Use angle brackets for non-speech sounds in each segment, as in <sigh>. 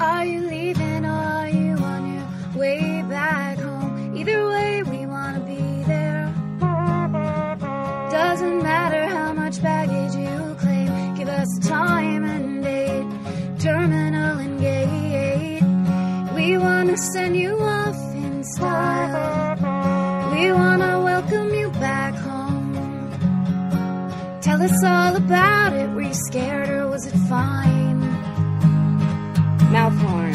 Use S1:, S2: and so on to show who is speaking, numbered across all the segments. S1: Are you leaving or are you on your way back home? Either way, we wanna be there. Doesn't matter how much baggage you claim, give us time and date, terminal and gate. We wanna send you off in style. We wanna welcome you back home. Tell us all about it. Were you scared or was it fine? Mouth horn.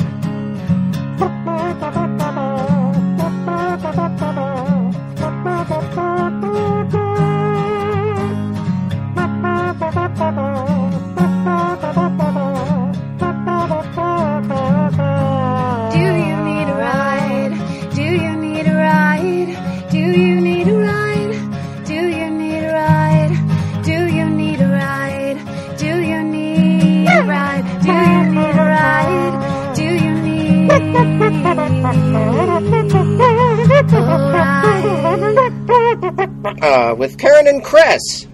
S1: Do you need a ride? Do you need a ride? Do you need a ride? Do you need a ride? Do you need a ride? Do you need a ride? Do you need a ride? Do you need a ride?
S2: Uh, with Karen and Chris.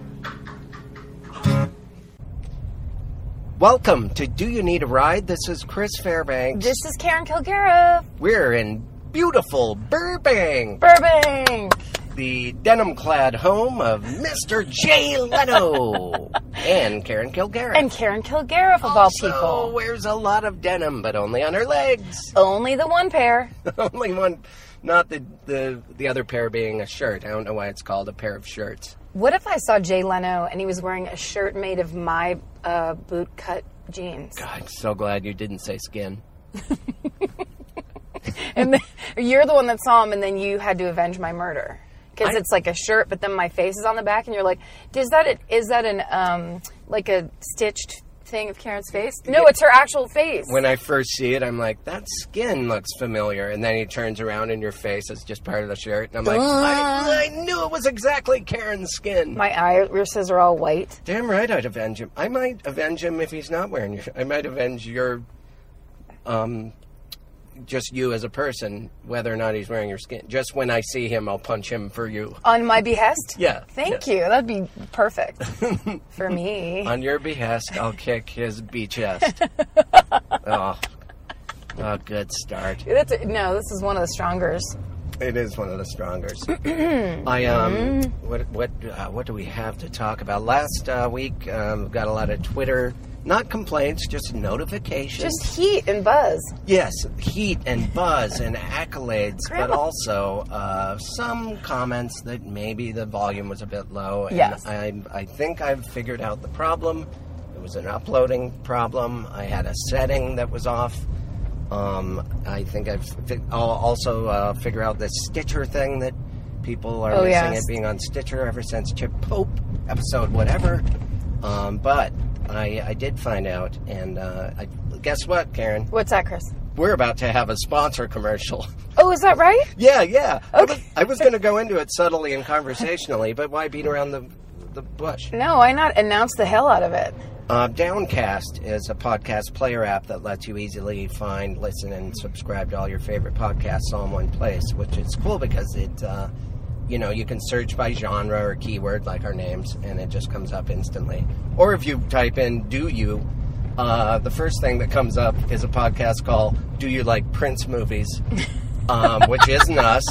S2: Welcome to Do You Need a Ride? This is Chris Fairbanks.
S3: This is Karen Kilgariff,
S2: We're in beautiful Burbank,
S3: Burbank.
S2: the denim clad home of Mr. Jay
S3: <laughs>
S2: Leno and Karen Kilgariff.
S3: And Karen Kilgariff, of all
S2: So
S3: people.
S2: wears a lot of denim, but only on her
S3: <laughs>
S2: legs.
S3: Only the one pair.
S2: only one, not the, the, the other pair being a shirt. I don't know why it's called a pair of shirts.
S3: What if I saw Jay Leno and he was wearing a shirt made of my uh, boot cut jeans?
S2: I'm so glad you didn't say skin.
S3: And then, <laughs> you're the one that saw him, and then you had to avenge my murder. Because it's like a shirt, but then my face is on the back, and you're like, "Is that it? Is that an um like a stitched thing of Karen's face? No, it's her actual face.
S2: when I first see it, I'm like, that skin looks familiar. And then he turns around and your face is just part of the shirt. And I'm like, I, I knew it was exactly Karen's skin.
S3: my irises are all white.
S2: Damn right I'd avenge him. I might avenge him if he's not wearing your I might avenge your, um, just you as a person, whether or not he's wearing your skin. Just when I see him, I'll punch him for you.
S3: on my behest.
S2: Yeah,
S3: Thank you. That'd be
S2: <laughs>
S3: perfect for me.
S2: On your behest, I'll kick his bee chest. oh. Oh, good start.
S3: That's no. This is one of the strongers.
S2: It is one of the strongest. I um, what what uh, what do we have to talk about? Last uh, week, um, got a lot of Twitter, not complaints, just notifications.
S3: Just heat and buzz.
S2: yes, heat and buzz and accolades, but
S3: Grandma.
S2: also uh, some comments that maybe the volume was a bit low. And
S3: Yes.
S2: I I think I've figured out the problem. It was an uploading problem. I had a setting that was off. Um, I think I've fi- I'll also uh, figure out this Stitcher thing that people are
S3: Oh,
S2: missing
S3: yes.
S2: it being on Stitcher ever since Chip Pope episode whatever. Um, but I, I did find out, and uh, I, guess what, Karen?
S3: What's that, Chris?
S2: We're about to have a sponsor commercial. <laughs>
S3: Oh, is that right?
S2: yeah, yeah. I was, I was going to go into it subtly and conversationally, but why beat around the the bush?
S3: No, why not announce the hell out of it?
S2: Uh, Downcast is a podcast player app that lets you easily find, listen, and subscribe to all your favorite podcasts all in one place, which is cool because it, uh, you know, you can search by genre or keyword like our names, and it just comes up instantly. Or if you type in "Do you," uh, the first thing that comes up is a podcast called "Do You Like Prince
S3: <laughs>
S2: Movies," um, which isn't us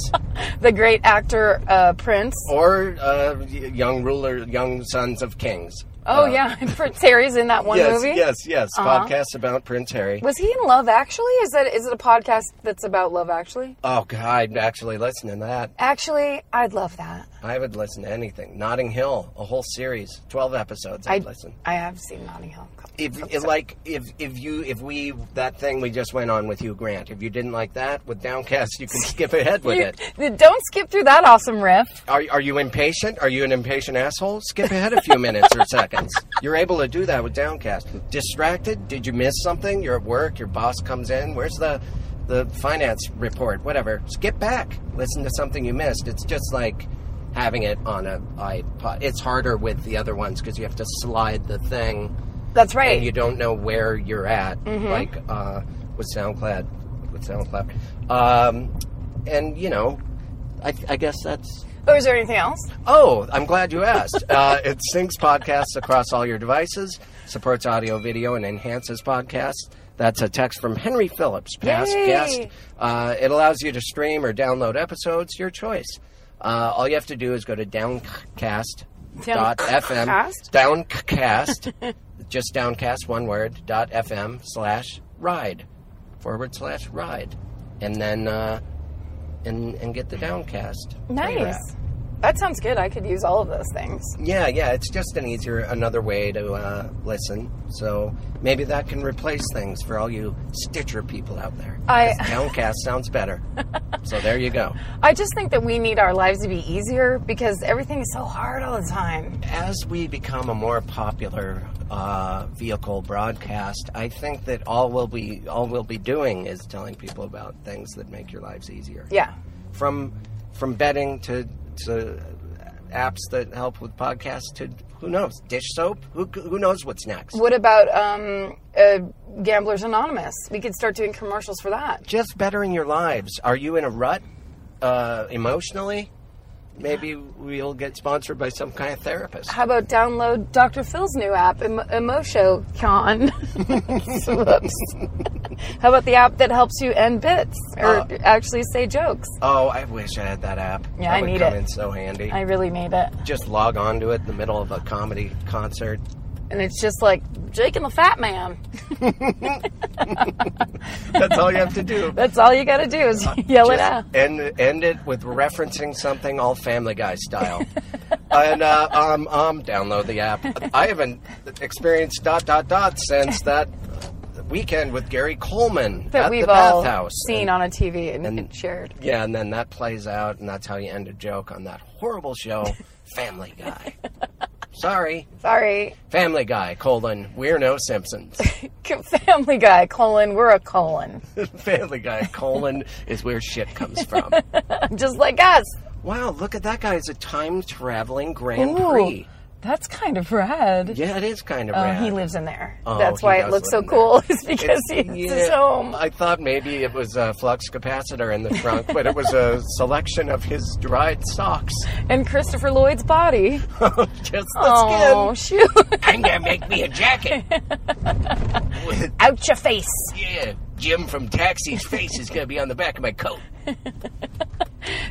S3: The great actor uh, Prince.
S2: or uh, y- young ruler, young sons of kings.
S3: Oh yeah, <laughs> Prince Harry's in that one
S2: Um, yes,
S3: movie. Uh-huh.
S2: yes, yes. Podcasts about Prince Harry.
S3: Was he in Love Actually? Is that is it a podcast that's about Love Actually?
S2: Oh God, I'd actually listen to that.
S3: Actually, I'd love that.
S2: I would listen to anything. Notting Hill, a whole series, twelve episodes. I'd
S3: I
S2: listen.
S3: I have seen Notting Hill.
S2: If, if like if if you if we that thing we just went on with you Grant. If you didn't like that with Downcast, you can <laughs> skip ahead with it.
S3: You- Don't skip through that awesome riff.
S2: Are are you impatient? Are you an impatient asshole? Skip ahead a few minutes or seconds. You're able to do that with Downcast. Distracted? Did you miss something? You're at work. Your boss comes in. Where's the the finance report? Whatever. Skip back. Listen to something you missed. It's just like having it on a iPod. It's harder with the other ones because you have to slide the thing
S3: That's right.
S2: and you don't know where you're at, like uh, with SoundCloud, with SoundCloud, um, and you know, I, I guess that's
S3: Or is there anything else?
S2: Oh, I'm glad you asked. Uh, it syncs podcasts across all your devices, supports audio, video, and enhances podcasts. That's a text from Henry Phillips, past
S3: Yay.
S2: guest. Uh, it allows you to stream or download episodes, your choice. Uh, all you have to do is go to downcast. FM
S3: Downcast? <laughs>
S2: downcast just downcast one word dot fm slash ride forward slash ride and then uh, and and get the downcast player app.
S3: Nice. That sounds good. I could use all of those things.
S2: Yeah, yeah, it's just an easier, another way to uh, listen. So maybe that can replace things for all you Stitcher people out there.
S3: I-
S2: 'Cause Downcast sounds
S3: <laughs>
S2: better. so there you go.
S3: I just think that we need our lives to be easier because everything is so hard all the time.
S2: As we become a more popular uh, vehicle broadcast, I think that all we'll be all we'll be doing is telling people about things that make your lives easier.
S3: Yeah.
S2: From from betting to to apps that help with podcasts to who knows dish soap. Who who knows what's next.
S3: What about um, uh, Gamblers Anonymous? We could start doing commercials for that.
S2: just bettering your lives. Are you in a rut uh, emotionally? Maybe we'll get sponsored by some kind of therapist.
S3: How about download Dr. Phil's new app,
S2: <laughs>
S3: em- EmotionCon? Whoops. How about the app that helps you end bits or
S2: Uh.
S3: actually say jokes?
S2: Oh, I wish I had that app.
S3: Yeah,
S2: that
S3: I
S2: would
S3: need
S2: come
S3: it.
S2: in so handy.
S3: I really need it.
S2: Just log on to it in the middle of a comedy
S3: <laughs>
S2: concert.
S3: And it's just like Jake and the Fat Man.
S2: That's all you have to do.
S3: That's all you got to do is <laughs> yell it out.
S2: Uh, Just End, end it with referencing something all Family Guy
S3: <laughs>
S2: style. and uh, um, um, download the app. I haven't experienced dot dot dot since that weekend with Gary Coleman
S3: That
S2: at
S3: we've
S2: the
S3: all
S2: bathhouse.
S3: seen on a TV and,
S2: and-
S3: and shared.
S2: Yeah, and then that plays out, and that's how you end a joke on that horrible
S3: <laughs>
S2: show, Family Guy. Sorry,
S3: Sorry. <laughs>
S2: Family Guy, colon, we're no Simpsons. <laughs>
S3: Family Guy, colon, we're a colon. <laughs>
S2: Family Guy, colon, is where shit comes
S3: <laughs>
S2: from.
S3: Just like us.
S2: Wow, look at that guy. He's a time traveling Grand Prix.
S3: that's kind of rad.
S2: Yeah, it is kind of
S3: Oh,
S2: rad.
S3: he lives in there.
S2: Oh,
S3: that's
S2: he
S3: why it
S2: does
S3: looks so
S2: live in
S3: cool.
S2: there.
S3: <laughs> It's because
S2: It's-
S3: he's
S2: yeah,
S3: his home.
S2: I thought maybe it was a flux capacitor in the trunk, but it was a selection of his dried socks. <laughs>
S3: And Christopher Lloyd's body.
S2: Just the
S3: Oh,
S2: skin.
S3: shoot. <laughs>
S2: I'm gonna make me a jacket. With-
S3: Out your face.
S2: Yeah, Jim from Taxi's face is going to be on the back of my coat.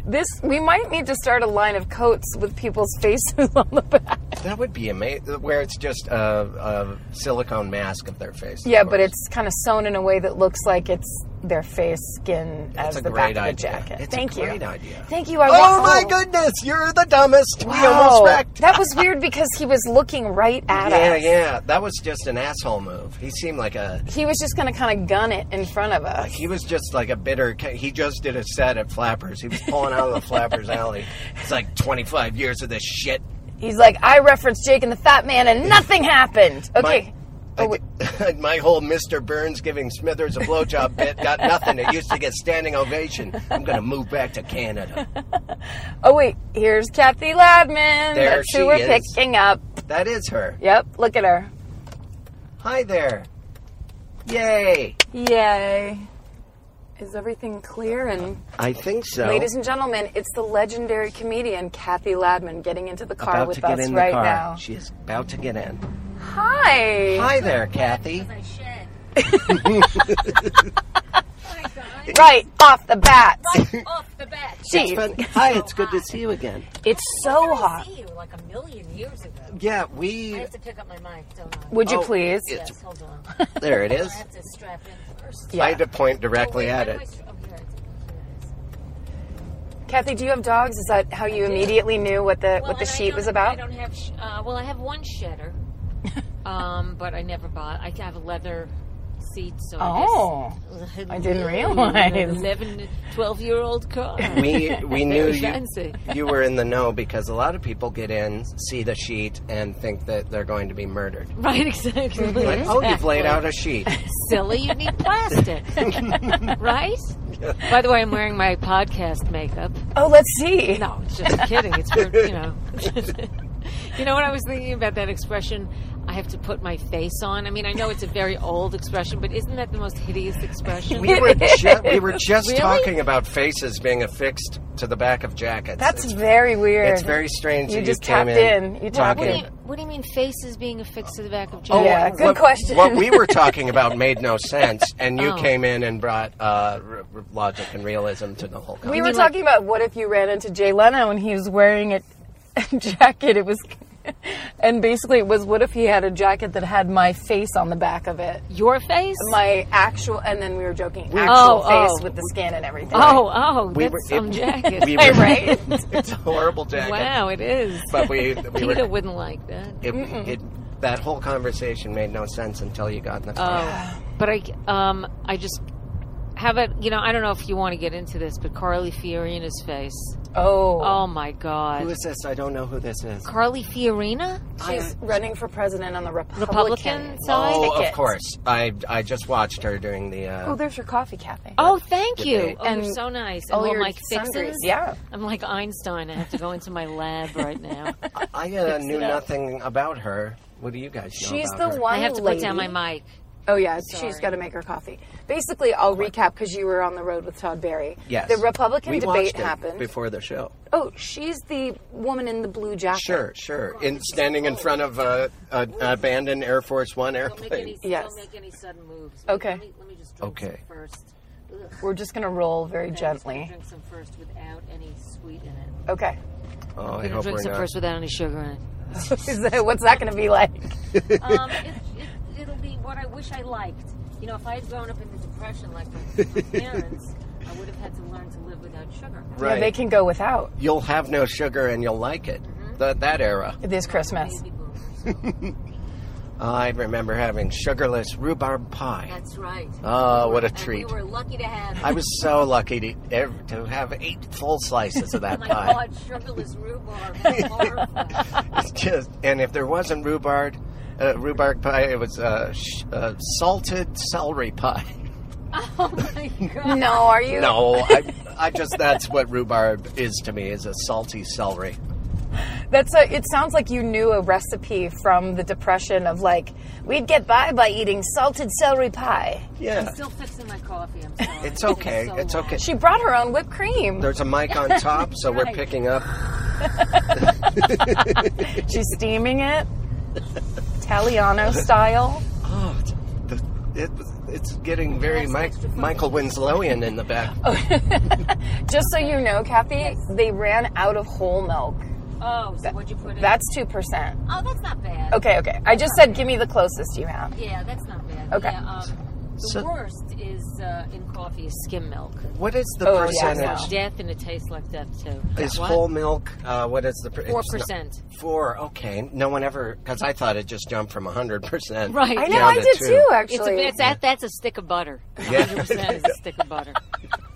S3: This we might need to start a line of coats with people's faces <laughs> on the back.
S2: That would be amazing. Where it's just a, a silicone mask of their face. of
S3: Yeah, but
S2: course.
S3: it's kind of sewn in a way that looks like it's their face skin
S2: That's
S3: as
S2: a
S3: the
S2: great
S3: back of the
S2: idea.
S3: jacket.
S2: It's a
S3: Thank
S2: great
S3: you.
S2: idea.
S3: <laughs> Thank you. I
S2: Oh
S3: wa-
S2: my goodness, you're the dumbest. We almost wrecked.
S3: <laughs> That was weird because he was looking right at
S2: Yeah,
S3: us.
S2: yeah, that was just an asshole move. He seemed like a.
S3: He was just going to kind of gun it in front of us.
S2: He was just like a bitter. ca- He just did a set at Flappers. He was pulling out of
S3: <laughs>
S2: the Flappers alley. It's like 25 years of this shit.
S3: He's like, I referenced Jake and the Fat Man, and nothing happened. Okay.
S2: I
S3: Oh, wait.
S2: d- <laughs> my whole Mr. Burns giving Smithers a blowjob bit got nothing. It used to get standing ovation. I'm going to move back to Canada.
S3: Oh wait, here's Kathy Ladman.
S2: There
S3: That's
S2: she
S3: who we're
S2: is.
S3: picking up.
S2: That is her.
S3: Yep, look at her.
S2: Hi there. Yay.
S3: Yay. Is everything clear? And
S2: I think so.
S3: ladies and gentlemen, it's the legendary comedian Kathy Ladman getting into the car
S2: about
S3: with
S2: to get
S3: us
S2: in
S3: right
S2: the car.
S3: now.
S2: She is about to get in.
S3: Hi.
S2: Hi there, Kathy.
S1: I should.
S3: Right off the bat.
S1: Off the bat.
S3: Gee, <laughs>
S2: But- hi, it's good to see you again.
S3: it's so
S4: I
S3: hot.
S4: see you like a million years ago.
S2: Yeah,
S4: I
S2: we.
S4: have to pick up my mic, don't I?
S3: Would you
S2: Oh,
S3: please?
S2: yeah.
S4: Yes, hold on.
S3: <laughs>
S2: There it is.
S4: I have to strap in first.
S3: Yeah.
S2: I had to point directly
S4: Wait, how
S2: at
S4: do I
S2: it.
S4: stra- oh, here, I think here it is.
S3: Kathy, do you have dogs? Is that how you immediately knew what the
S4: Well,
S3: what the
S4: and I
S3: sheet
S4: don't-
S3: was
S4: I
S3: about?
S4: don't have. Sh- uh, well, I have one
S3: <laughs>
S4: shedder, um, but I never bought. I have a leather seat, so
S3: Oh.
S4: I, guess,
S3: I
S4: <laughs>
S3: didn't realize.
S4: 11, 12 year
S2: <laughs>
S4: old car.
S2: We we knew
S4: Very
S2: you,
S4: fancy.
S2: you were in the know because a lot of people get in, see the sheet, and think that they're going to be murdered.
S4: <laughs> right, exactly.
S2: Like, oh, you've laid
S4: Exactly.
S2: out a sheet.
S4: <laughs> silly, you need
S2: <laughs>
S4: plastic. right? By the way, I'm wearing my podcast makeup.
S3: Oh, let's see.
S4: No, <laughs> just kidding. It's for, you know. you know what I was thinking about that expression? I have to put my face on. I mean, I know it's a very old expression, but isn't that the most hideous
S2: <laughs>
S4: expression?
S2: We were ju- we
S4: <laughs>
S2: were just
S4: Really?
S2: talking about faces being affixed to the back of jackets.
S3: That's
S4: <laughs>
S2: it's,
S3: very weird.
S2: it's very strange.
S3: You
S2: that
S3: just
S2: you came
S3: tapped
S2: in.
S3: in. You tapped
S4: what, do you,
S2: talking.
S4: what do you mean faces being affixed to the back of
S3: Oh,
S4: jackets?
S3: Yeah, good
S2: what,
S3: question.
S2: What we were talking about made no sense, and you
S4: Oh.
S2: came in and brought uh, r- r- logic and realism to the whole
S3: We
S2: conversation.
S3: were
S4: mean, like-
S3: talking about what if you ran into Jay Leno and he was wearing a <laughs> jacket. It was, and basically it was what if he had a jacket that had my face on the back of it,
S4: Your face?
S3: my actual. And then we were joking, actual
S4: Oh,
S3: face
S4: oh.
S3: with the skin and everything.
S4: oh, oh,
S2: We
S4: that's
S2: were-
S4: some
S2: it-
S4: jacket.
S2: we
S3: Hey,
S2: were-
S3: right?
S2: it's a horrible jacket.
S4: <laughs> wow, it is.
S2: But
S4: <laughs>
S2: we, we
S4: Peter
S2: were,
S4: wouldn't like that.
S2: it, it, that whole conversation made no sense until you got in the car.
S4: Oh, but I, um, I just have it. You know, I don't know if you want to get into this, but Carly Fiorina's face.
S3: <laughs> oh,
S4: Oh my God,
S2: Who is this? I don't know who this is.
S4: Carly Fiorina?
S3: she's running for president on the Republican.
S4: Republican side?
S2: Oh,
S3: Tickets.
S2: of course. I I just watched her during the. Uh,
S3: Oh, there's your coffee cafe.
S4: Oh, thank you.
S2: debate.
S4: Oh,
S3: And
S4: you're so nice.
S3: all
S4: And all
S3: your
S4: my
S3: sundries.
S4: fixes.
S3: Yeah.
S4: I'm like Einstein. I have to go into my lab <laughs> right now.
S2: I uh, knew nothing about her. What do you guys know
S3: She's
S2: about
S3: the
S2: her?
S3: one.
S4: I have to
S3: lady.
S4: put down my mic.
S3: Oh yeah, she's got to make her coffee. Basically, I'll recap because you were on the road with Todd Berry.
S2: Yes.
S3: The Republican
S2: We
S3: debate
S2: watched it
S3: happened.
S2: before the show.
S3: Oh, she's the woman in the blue
S2: <laughs>
S3: jacket.
S2: Sure, sure. In standing in front of uh, an abandoned Air Force One airplane.
S3: Yes.
S4: Don't make any sudden moves.
S3: Okay.
S4: Let me, let me just drink
S2: Okay.
S4: some first. Ugh.
S3: We're just gonna roll very
S4: I'm just gonna
S3: gently.
S4: Drink some first without any sweet in it.
S3: Okay. <laughs>
S2: Oh, I
S4: I'm gonna
S2: hope
S4: drink
S2: we're
S4: some
S2: not.
S4: first without any sugar in it.
S3: Is that- What's that gonna be like?
S4: um, it, it, it'll be what I wish I liked. You know, if I had grown up in the Depression like my,
S2: <laughs>
S4: my parents, I would have had to learn to live without sugar.
S3: Yeah,
S2: Right.
S3: they can go without
S2: You'll have no sugar and you'll like it.
S3: Mm-hmm.
S2: That that era.
S3: this Christmas.
S4: Baby boomers.
S2: I remember having sugarless rhubarb pie.
S4: That's right.
S2: Oh,
S4: We were-
S2: what a
S4: and
S2: treat.
S4: We were lucky to have.
S2: I was so lucky to ev- to have eight full slices of
S3: <laughs>
S4: Oh
S2: that
S4: my
S2: pie.
S4: God, sugarless rhubarb. Horrible.
S2: It's just, and if there wasn't rhubarb, uh, rhubarb pie, it was uh, sh- uh, salted celery pie.
S4: oh my God.
S3: No, are you?
S2: No, I, I just that's what rhubarb is to me is a salty celery.
S3: <laughs> That's a. It sounds like you knew a recipe from the Depression of like we'd get by by eating salted celery pie.
S2: Yeah,
S4: I'm still fixing my coffee. I'm sorry. <laughs>
S2: it's
S4: just
S2: okay.
S4: so
S2: It's
S4: loud.
S2: okay.
S3: She brought her own whipped cream.
S2: There's a mic on top, so we're
S4: Right.
S2: picking up.
S3: She's steaming it, Italiano style.
S2: Oh, it's- the, it, it's getting very
S4: Yes,
S2: Mike,
S4: extra Oh. food.
S2: Michael Winslowian in the back.
S3: Just so you know, Kathy, they ran out of whole milk.
S4: Oh, so what'd you put in?
S3: That's two percent.
S4: oh, that's not bad.
S3: Okay, okay. I just said give me the closest you have.
S4: Yeah, that's not bad.
S3: Okay.
S4: Yeah, um, the
S2: So-
S4: worst is uh, in coffee is skim milk.
S2: What is the
S3: Oh, yeah,
S2: percentage?
S3: no.
S4: Death and it tastes like death too.
S2: Is
S4: What?
S2: whole milk? Uh, what is the per- it's
S4: four
S2: not-
S4: percent?
S2: Four. Okay. No one ever because I thought it just jumped from hundred percent.
S4: Right.
S3: I know,
S2: Yeah,
S3: I
S2: the
S3: did
S2: two.
S3: too.
S4: It's a,
S3: Actually,
S4: it's that, that's a stick of butter.
S2: Yeah.
S4: 100% is a stick of butter.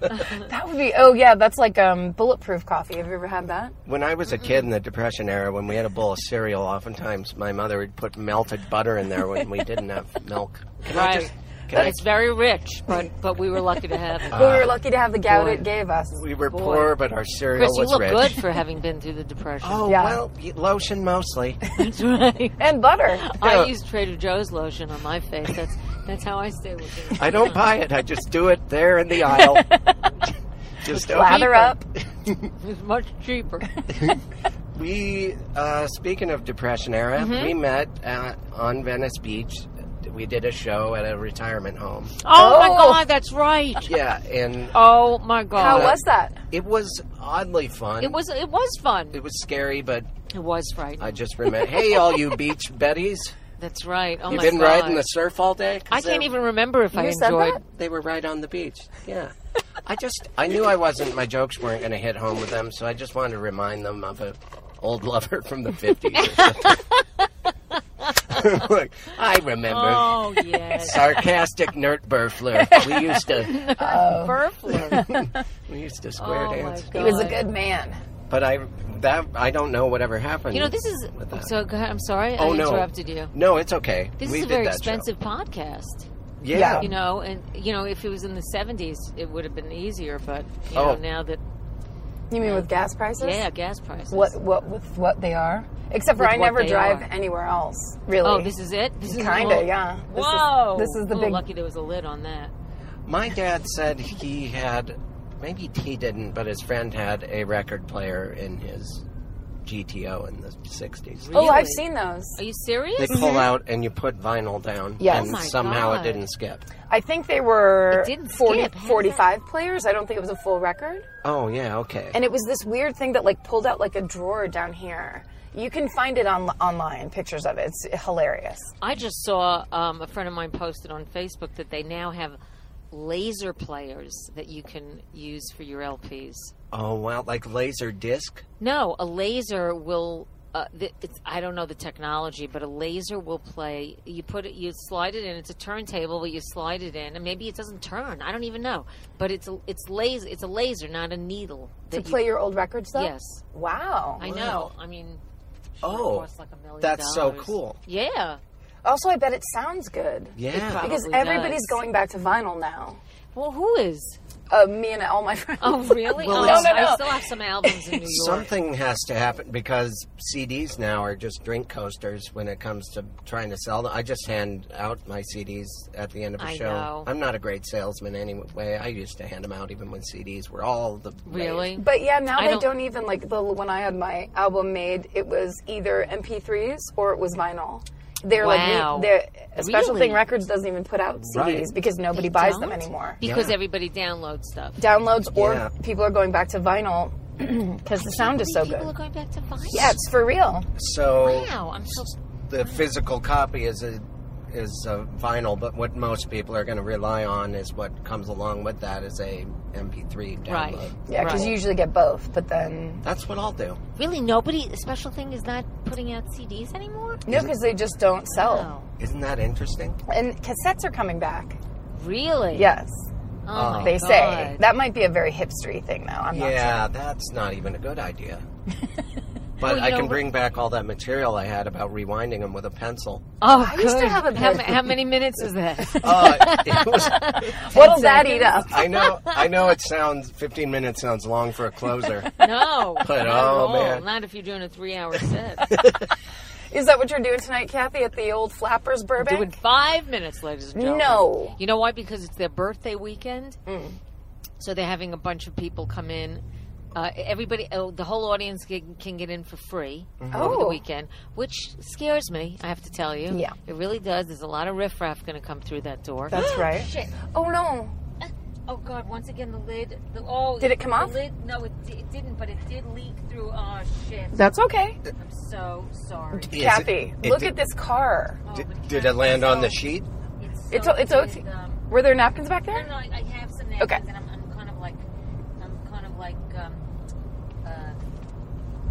S3: that would be. Oh yeah, that's like um, bulletproof coffee. Have you ever had that?
S2: When I was a kid in the Depression era, when we had a bowl of cereal, oftentimes my mother would put melted butter in there when we didn't
S4: <laughs>
S2: have milk. Can I
S4: Right.
S2: just? Can I,
S4: It's very rich, but but we were lucky to have it.
S3: Well, we were lucky to have the gout
S4: Uh, boy.
S3: it gave us.
S2: we were poor, but our cereal
S4: Chris, you
S2: was
S4: look
S2: rich.
S4: good for having been through the depression. <laughs>
S2: Oh
S3: Yeah.
S2: well, y- lotion mostly.
S4: That's right.
S3: And butter.
S4: I use Trader Joe's lotion on my face. That's that's how I stay with it.
S2: I don't buy it. I just do it there in the
S4: <laughs>
S2: aisle. just open-
S3: Lather up.
S4: It's much cheaper.
S2: We uh, speaking of depression era,
S4: Mm-hmm.
S2: we met uh, on Venice Beach. We did a show at a retirement home.
S4: <laughs> Oh, my
S3: Oh.
S4: god, that's right.
S2: Yeah, and
S4: <laughs> Oh my god.
S3: How was that?
S2: it was oddly fun.
S4: it was it was fun.
S2: It was scary, but
S4: It was frightening.
S2: I just remember. hey, all you beach
S4: <laughs>
S2: betties,
S4: That's right. Oh
S2: you
S4: my
S2: been
S4: god.
S2: riding the surf all day? 'Cause
S4: I can't
S2: they-
S4: even remember if I
S3: You said
S4: enjoyed.
S3: that?
S2: They were right on the beach. Yeah. I just I knew I wasn't. My jokes weren't going to hit home with them, so I just wanted to remind them of a old lover from the fifties. <laughs> Look, I remember.
S4: <laughs> Oh
S3: <laughs>
S4: yes,
S2: sarcastic nerd burfler. We used to
S4: Burfler.
S2: we used to square
S4: <laughs> Oh, my
S2: dance.
S4: God.
S3: He was a good man.
S2: But I that I don't know whatever happened.
S4: You know, this is
S2: with that.
S4: so. Go ahead, I'm sorry,
S2: Oh,
S4: I
S2: no.
S4: interrupted you.
S2: No, it's okay.
S4: This
S2: we
S4: is a
S2: did
S4: very
S2: that show.
S4: expensive podcast.
S2: Yeah.
S3: Yeah.
S4: You know, and you know, if it was in the '70s, it would have been easier. But you
S2: Oh.
S4: know, now that
S3: You mean with gas prices?
S4: yeah, gas prices.
S3: What what with what they are? Except for
S4: with
S3: I
S4: what
S3: never
S4: they
S3: drive
S4: are.
S3: anywhere else, really.
S4: Oh, this is it. This is
S3: Kinda,
S4: the whole-
S3: yeah. This is-
S4: Whoa.
S3: this is the
S4: Ooh,
S3: big-
S4: Lucky there was a lid on that.
S2: My dad said he had, maybe he didn't, but his friend had a record player in his GTO in the 60s.
S3: oh, I've
S4: Really?
S3: seen those.
S4: Are you serious?
S2: They pull out and you put vinyl down,
S3: Yes. Oh
S2: and
S4: my
S2: somehow
S4: God.
S2: it didn't skip.
S3: I think they were
S4: It didn't
S3: 40,
S4: skip. How does
S3: 45 players. I don't think it was a full record.
S2: Oh yeah, okay.
S3: And it was this weird thing that like pulled out like a drawer down here. You can find it on online pictures of it. It's hilarious.
S4: I just saw um, a friend of mine posted on Facebook that they now have laser players that you can use for your LPs.
S2: oh wow, like laser disc.
S4: No, a laser will. Uh, th- it's, I don't know the technology, but a laser will play. You put it, you slide it in. It's a turntable, but you slide it in, and maybe it doesn't turn. I don't even know. But it's a, it's laser. It's a laser, not a needle.
S3: To
S4: that you-
S3: play your old records though?
S4: Yes,
S3: Wow.
S4: I know. I mean, sure, it
S2: Oh,
S4: costs like a million
S2: that's so
S4: dollars.
S2: cool.
S4: Yeah.
S3: Also, I bet it sounds good.
S2: Yeah.
S3: Because
S4: Probably
S3: everybody's
S4: does.
S3: going back to vinyl now.
S4: Well, who is?
S3: Uh, me and all my <laughs> friends.
S4: <laughs> Oh, really?
S2: Well,
S4: oh,
S2: it's-
S3: No, no, no.
S4: I still have some albums in New York.
S2: Something has to happen because CDs now are just drink coasters when it comes to trying to sell them. I just hand out my CDs at the end of a
S4: I
S2: show.
S4: know.
S2: I'm not a great salesman anyway. I used to hand them out even when CDs were all the rage.
S4: Really?
S3: But yeah, now
S4: I
S3: they
S4: don't-
S3: don't, even like the when I had my album made, it was either MP3s or it was vinyl. They're like
S4: Wow.
S3: we- they're, a special
S4: Really?
S3: thing records doesn't even put out CDs
S2: Right.
S3: because nobody
S4: They
S3: buys them
S4: don't?
S3: anymore.
S4: Because
S2: Yeah.
S4: everybody downloads stuff.
S3: Downloads or
S2: Yeah.
S3: people are going back to vinyl <clears throat> because the sound is so
S4: People
S3: good.
S4: are going back to vinyl.
S3: Yeah, it's for real.
S2: So
S4: Wow, I'm so.
S2: the physical copy is a is a vinyl, but what most people are going to rely on is what comes along with that is a MP3 download.
S4: Right.
S3: Yeah, because
S4: Right.
S3: you usually get both, but then
S2: That's what I'll do.
S4: Really, nobody. The special thing is not putting out CDs anymore.
S3: no, because they just don't sell.
S4: Oh,
S2: Isn't that interesting?
S3: And cassettes are coming back.
S4: really?
S3: Yes,
S4: Oh, my
S3: they
S4: God.
S3: say that might be a very hipstery thing now. I'm not sure.
S2: yeah, that's not even a good
S3: <laughs>
S2: idea. but
S4: Well,
S3: Oh,
S4: you
S2: I
S4: know
S2: can
S4: what-
S2: bring back all that material I had about rewinding them with a
S3: <laughs>
S2: pencil.
S4: Oh,
S3: I used to
S4: good.
S3: have a-
S4: How, ma- how many minutes is that?
S2: Uh, it was,
S3: What'll that eat up?
S2: I know. I know. It sounds fifteen minutes sounds long for a
S3: <laughs>
S2: closer.
S4: <laughs> no. not at
S2: oh,
S4: all.
S2: man.
S4: Not if you're doing a three-hour set.
S3: Is that what you're doing tonight, Kathy, at the old Flappers Burbank?
S4: doing five minutes, ladies and gentlemen.
S3: No. Mm.
S4: You know why? Because it's their birthday weekend. So they're having a bunch of people come in. Uh, everybody, oh, the whole audience can, can get in for free over the
S3: Oh.
S4: weekend, which scares me. I have to tell you,
S3: Yeah.
S4: it really does. There's a lot of riffraff going to come through that door. <gasps>
S3: That's right.
S4: Shit.
S3: <gasps> Oh no.
S4: Oh God! Once again, the lid. The, oh,
S3: Did it come
S4: the
S3: off?
S4: Lid, no, it, di- it didn't. But it did leak through. Oh shit!
S3: That's okay.
S4: I'm so sorry.
S2: Is it-
S3: Kathy,
S2: it
S3: look
S2: did-
S3: at this car.
S4: Oh,
S2: Did,
S4: but
S2: did
S4: Kathy,
S2: it land on the
S4: so-
S2: sheet?
S4: It's
S3: It's
S4: so
S3: o- it's
S4: did,
S3: OT.
S4: um,
S3: Were there napkins back
S4: I
S3: there?
S4: don't know. I, I have some napkins,
S3: Okay.
S4: and I'm, I'm kind of like, I'm kind of like, um, uh,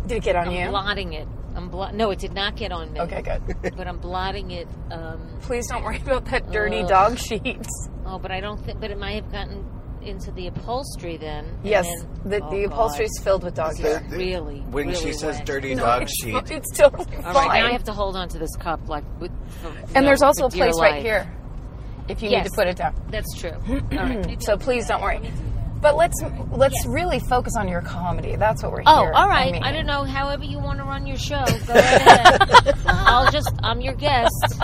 S3: Did it get on
S4: I'm
S3: you?
S4: <laughs> blotting it. I'm blot. No, it did not get on me.
S3: Okay, good.
S4: But I'm blotting it. Um,
S3: Please don't worry about that dirty
S4: Ugh.
S3: dog sheets.
S4: oh, but I don't think. But it might have gotten into the upholstery then. and
S3: Yes,
S4: then-
S3: the,
S4: oh,
S3: the upholstery is filled with dog
S4: God.
S3: hair.
S4: It's Really.
S2: When
S4: really
S2: she says
S4: wet.
S2: "dirty dog
S3: it's,
S2: sheet,"
S3: <laughs> it's totally
S4: All
S3: fine.
S4: right, now I have to hold on to this cup, like. With, for,
S3: and there's also a
S4: dear
S3: place
S4: life.
S3: right here if you need
S4: Yes.
S3: to put it down. <clears throat>
S4: That's true. All right. Maybe
S3: So
S4: I'll do
S3: please
S4: that.
S3: don't worry.
S4: Let me do that.
S3: But let's let's really focus on your comedy. That's what we're
S4: Oh,
S3: here.
S4: all right. I,
S3: mean.
S4: don't know. However you want to run your show, <laughs> go right ahead. I'll just. I'm your guest.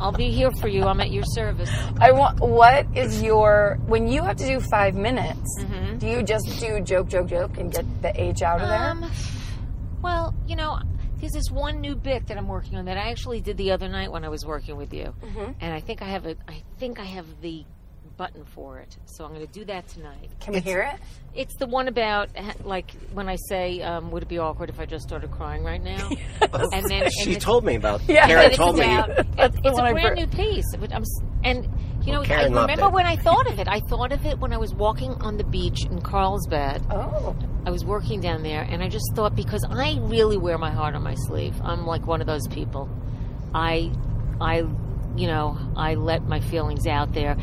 S4: I'll be here for you. I'm at your service.
S3: I want. What is your when you have to do five minutes?
S4: Mm-hmm.
S3: Do you just do joke, joke, joke, and get the H out of there?
S4: Um, well, you know, there's this one new bit that I'm working on that I actually did the other night when I was working with you, and I think I have a. I think I have the button for it. So I'm going to do that tonight.
S3: Can we hear it?
S4: It's the one about like when I say, um, "Would it be awkward if I just started crying
S2: <laughs>
S4: right now?" and then and
S2: She
S4: it's-
S2: told me about.
S3: Yeah.
S4: But
S2: Karen
S4: it's
S2: told
S3: <laughs>
S4: about,
S2: me.
S4: it's,
S3: the
S4: it's
S3: one
S4: a
S3: I
S4: brand
S3: bur-
S4: new piece. But I'm, s- and you know, I
S2: Karen loved
S4: remember
S2: it.
S4: when I thought of it. I thought of it when I was walking on the beach in Carlsbad.
S3: Oh,
S4: I was working down there, and I just thought because I really wear my heart on my sleeve. I'm like one of those people. I, I, you know, I let my feelings out there.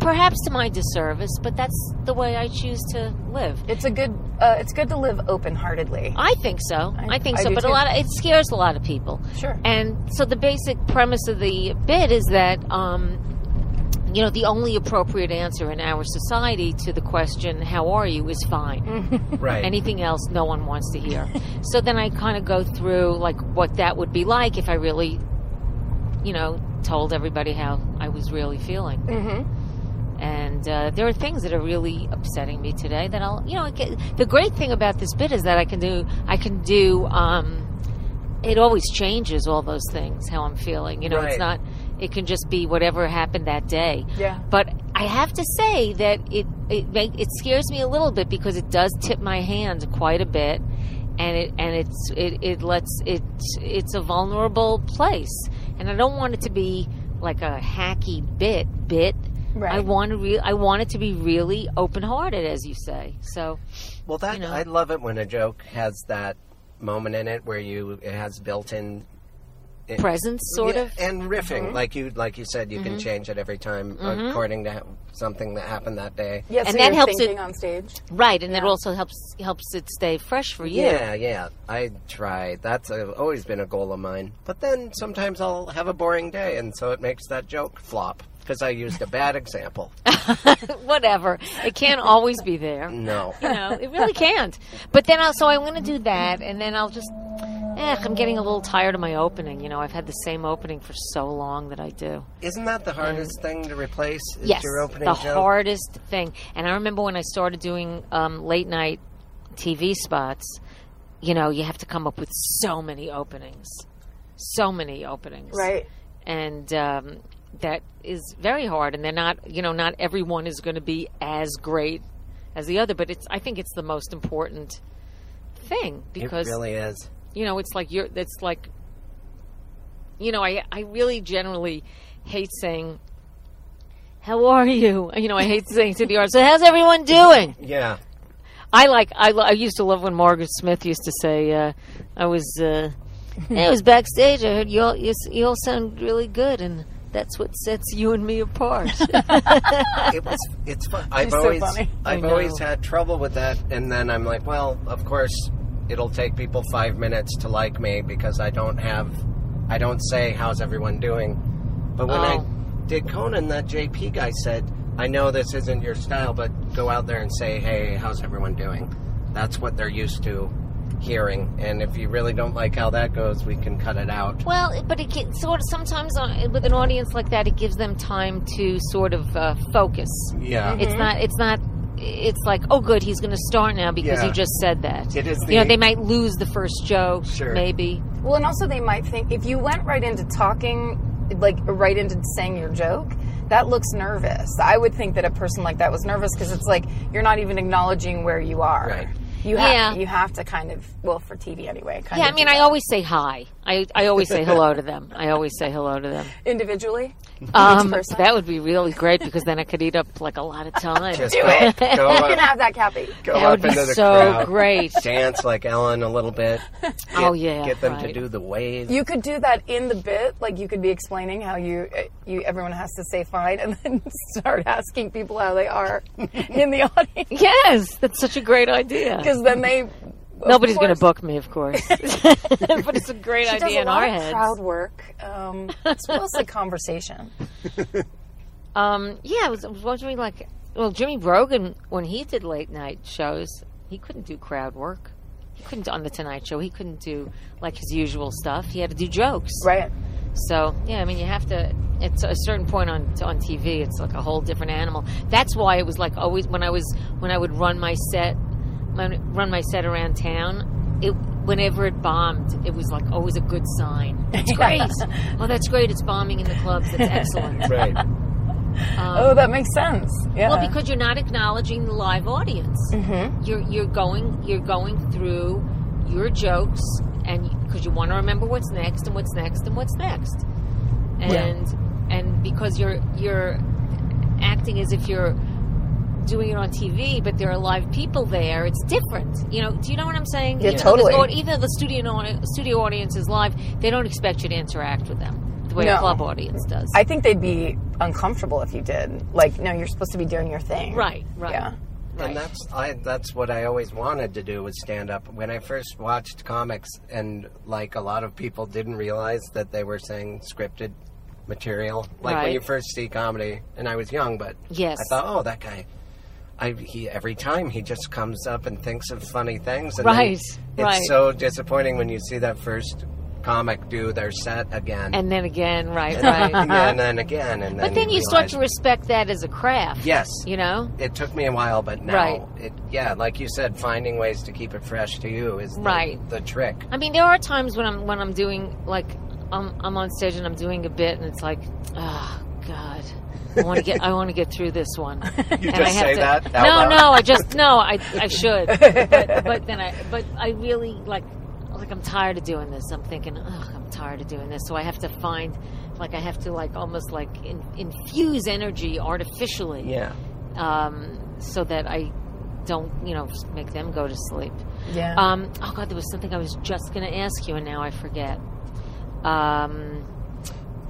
S4: Perhaps to my disservice, but that's the way I choose to live.
S3: it's a good. Uh, it's good to live open-heartedly.
S4: I think so. I,
S3: I-
S4: think
S3: I
S4: so.
S3: do
S4: But a
S3: too.
S4: lot of it scares a lot of people.
S3: Sure.
S4: And so the basic premise of the bit is that um, you know, the only appropriate answer in our society to the question, how are you, is fine.
S2: Right.
S4: Anything else, no one wants to hear. so then I kind of go through, like, what that would be like if I really, you know, told everybody how I was really feeling.
S3: Mm-hmm.
S4: And uh, there are things that are really upsetting me today that I'll, you know, I get, the great thing about this bit is that I can do, I can do, um, it always changes all those things, how I'm feeling. You know,
S2: Right.
S4: it's not, it can just be whatever happened that day.
S3: Yeah.
S4: But I have to say that it, it, make, it scares me a little bit because it does tip my hand quite a bit. And it and it's it, it lets it it's a vulnerable place, and I don't want it to be like a hacky bit bit
S3: Right.
S4: I want to re- I want it to be really open hearted, as you say. So
S2: Well, that
S4: you know.
S2: I love it when a joke has that moment in it where you it has built-in it-
S4: presence, sort
S2: Yeah,
S4: of. Mm-hmm.
S2: and riffing like you like you said you can change it every time according to ha- something that happened that day.
S3: yeah,
S4: and
S3: so
S4: that
S3: you're
S4: helps it-
S3: thinking on stage.
S4: Right, and it also helps helps it stay fresh for you.
S2: Yeah, yeah. I try. That's uh always been a goal of mine. But then sometimes I'll have a boring day, and so it makes that joke flop because I used a bad
S4: <laughs>
S2: example.
S4: Whatever. It can't always be there.
S2: No.
S4: You know, it
S2: <laughs>
S4: really can't. But then I'll, so I want to do that, and then I'll just. Eh, I'm getting a little tired of my opening. You know, I've had the same opening for so long that I do.
S2: Isn't that the hardest thing to replace? Is
S4: Mm. yes,
S2: your opening
S4: the
S2: joke?
S4: hardest thing. And I remember when I started doing um, late night TV spots. You know, you have to come up with so many openings, so many openings,
S3: Right.
S4: And um, that is very hard. And they're not, you know, not everyone is going to be as great as the other. But it's, I think, it's the most important thing
S2: It
S4: because
S2: really is.
S4: you know it's like you're it's like you know i i really generally hate saying how are you <laughs> you know i hate saying to the artist so how's everyone doing <laughs>
S2: Yeah.
S4: i like i, lo- I used to love when margaret smith used to say uh, i was <laughs> uh, i was backstage i heard you all you, s- you all sound really good and that's what sets you and me apart.
S2: it was it's fun. I've
S3: so
S2: always
S3: funny.
S4: I
S2: I've
S4: know.
S2: always had trouble with that and then I'm like, well, of course it'll take people 5 minutes to like me because I don't have I don't say how's everyone doing. But when
S4: Oh.
S2: I did Conan that JP guy said, I know this isn't your style, but go out there and say, "Hey, how's everyone doing?" That's what they're used to hearing. And if you really don't like how that goes, we can cut it out.
S4: <laughs> <laughs> well, it- but it can, sort of sometimes on, with an audience like that, it gives them time to sort of uh, focus.
S2: Yeah.
S4: It's not. It's not. It's like, oh, good, he's going to start now because
S2: Yeah.
S4: he just said that.
S2: It is
S4: you know,
S2: the-
S4: they might lose the first joke,
S2: Sure.
S4: maybe.
S3: Well, and also they might think if you went right into talking, like right into saying your joke, that looks nervous. I would think that a person like that was nervous because it's like you're not even acknowledging where you are.
S2: Right.
S3: You have
S4: Yeah.
S3: you have to kind of well for TV anyway. Kind
S4: Yeah,
S3: of
S4: I mean,
S3: do
S4: I always say hi. I, I always say hello to them. I always say hello to them.
S3: that. individually.
S4: Um,
S3: person?
S4: that would be really great because then I could eat up like a lot of time.
S2: Just
S3: Do
S2: go,
S3: it.
S2: Go
S3: You can
S2: up,
S3: have that, Kathy.
S2: go
S4: that
S2: up
S4: would be
S2: into the
S4: so
S2: crowd.
S4: great. <laughs>
S2: dance like Ellen a little bit.
S4: Oh,
S2: Get-
S4: yeah,
S2: Get them to
S4: right.
S2: do the wave.
S3: You could do that in the bit, like you could be explaining how you uh, you everyone has to say fine, and then <laughs> start asking people how
S2: <laughs>
S3: they are in the audience
S4: Yes, that's such a great idea.
S3: because then they. of
S4: Nobody's going to
S3: course,
S4: book me, of course. <laughs> but it's a great
S3: She does
S4: idea
S3: a
S4: in
S3: lot
S4: our
S3: of
S4: heads.
S3: crowd work.
S4: <laughs>
S3: Um, it's mostly conversation.
S4: Um, yeah, I was, I was wondering, like, well, Jimmy Brogan, when he did late night shows, he couldn't do crowd work. He couldn't on the Tonight Show. He couldn't do like his usual stuff. He had to do jokes.
S3: Right.
S4: So yeah, I mean, you have to. At a certain point on on TV, it's like a whole different animal. That's why it was like always when I was when I would run my set, my, run my set around town. It whenever it bombed, it was like always a good sign.
S3: <laughs>
S4: It's great. oh, that's great. It's bombing in the clubs.
S3: <laughs>
S4: That's excellent.
S2: Right.
S4: <laughs> Um,
S3: Oh, that makes sense. Yeah.
S4: well, because you're not acknowledging the live audience. Mm-hmm. You're you're going you're going through your jokes, and because you want to remember what's next and what's next and what's next, and and because you're you're acting as if you're doing it on TV, but there are live people there. It's different, you know. Do you know what I'm saying?
S3: Yeah,
S4: even though
S3: totally.
S4: the au- even though the studio au- studio audience is live, they don't expect you to interact with them the way a
S3: No.
S4: club audience does.
S3: I think they'd be uncomfortable if you did. Like, no, you're supposed to be doing your thing.
S4: right, right,
S3: Yeah.
S4: right.
S2: And that's I that's what I always wanted to do was stand up. When I first watched comics and like a lot of people didn't realize that they were saying scripted material. Like when
S4: Right.
S2: you first see comedy, and I was young, but
S4: Yes.
S2: I thought, oh, that guy. I, he every time he just comes up and thinks of funny things. And then
S4: Right,
S2: It's
S4: right.
S2: so disappointing when you see that first comic do their set again,
S4: and then
S2: <laughs>
S4: again, right,
S2: and,
S4: right. <laughs>
S2: and then again, and then.
S4: But then you
S2: realize-
S4: start to respect that as a craft.
S2: Yes.
S4: You know?
S2: It took me a while, but now
S4: Right.
S2: it. Yeah, like you said, finding ways to keep it fresh to you is the,
S4: Right.
S2: the trick.
S4: I mean, there are times when I'm when I'm doing like I'm I'm on stage and I'm doing a bit, and it's like, oh God, I want to get I want to get through this
S2: <laughs>
S4: one.
S2: You
S4: And I
S2: just
S4: have
S2: say
S4: to-
S2: that.
S4: No,
S2: out loud?
S4: no, I just no, I I
S2: <laughs>
S4: should, but, but then I but I really like like I'm tired of doing this. I'm thinking, oh, I'm tired of doing this, so I have to find like I have to like almost like in, infuse energy artificially
S2: Yeah.
S4: um, so that I don't, you know, make them go to sleep.
S3: Yeah.
S4: Um, oh God, there was something I was just going to ask you, and now I forget. Um,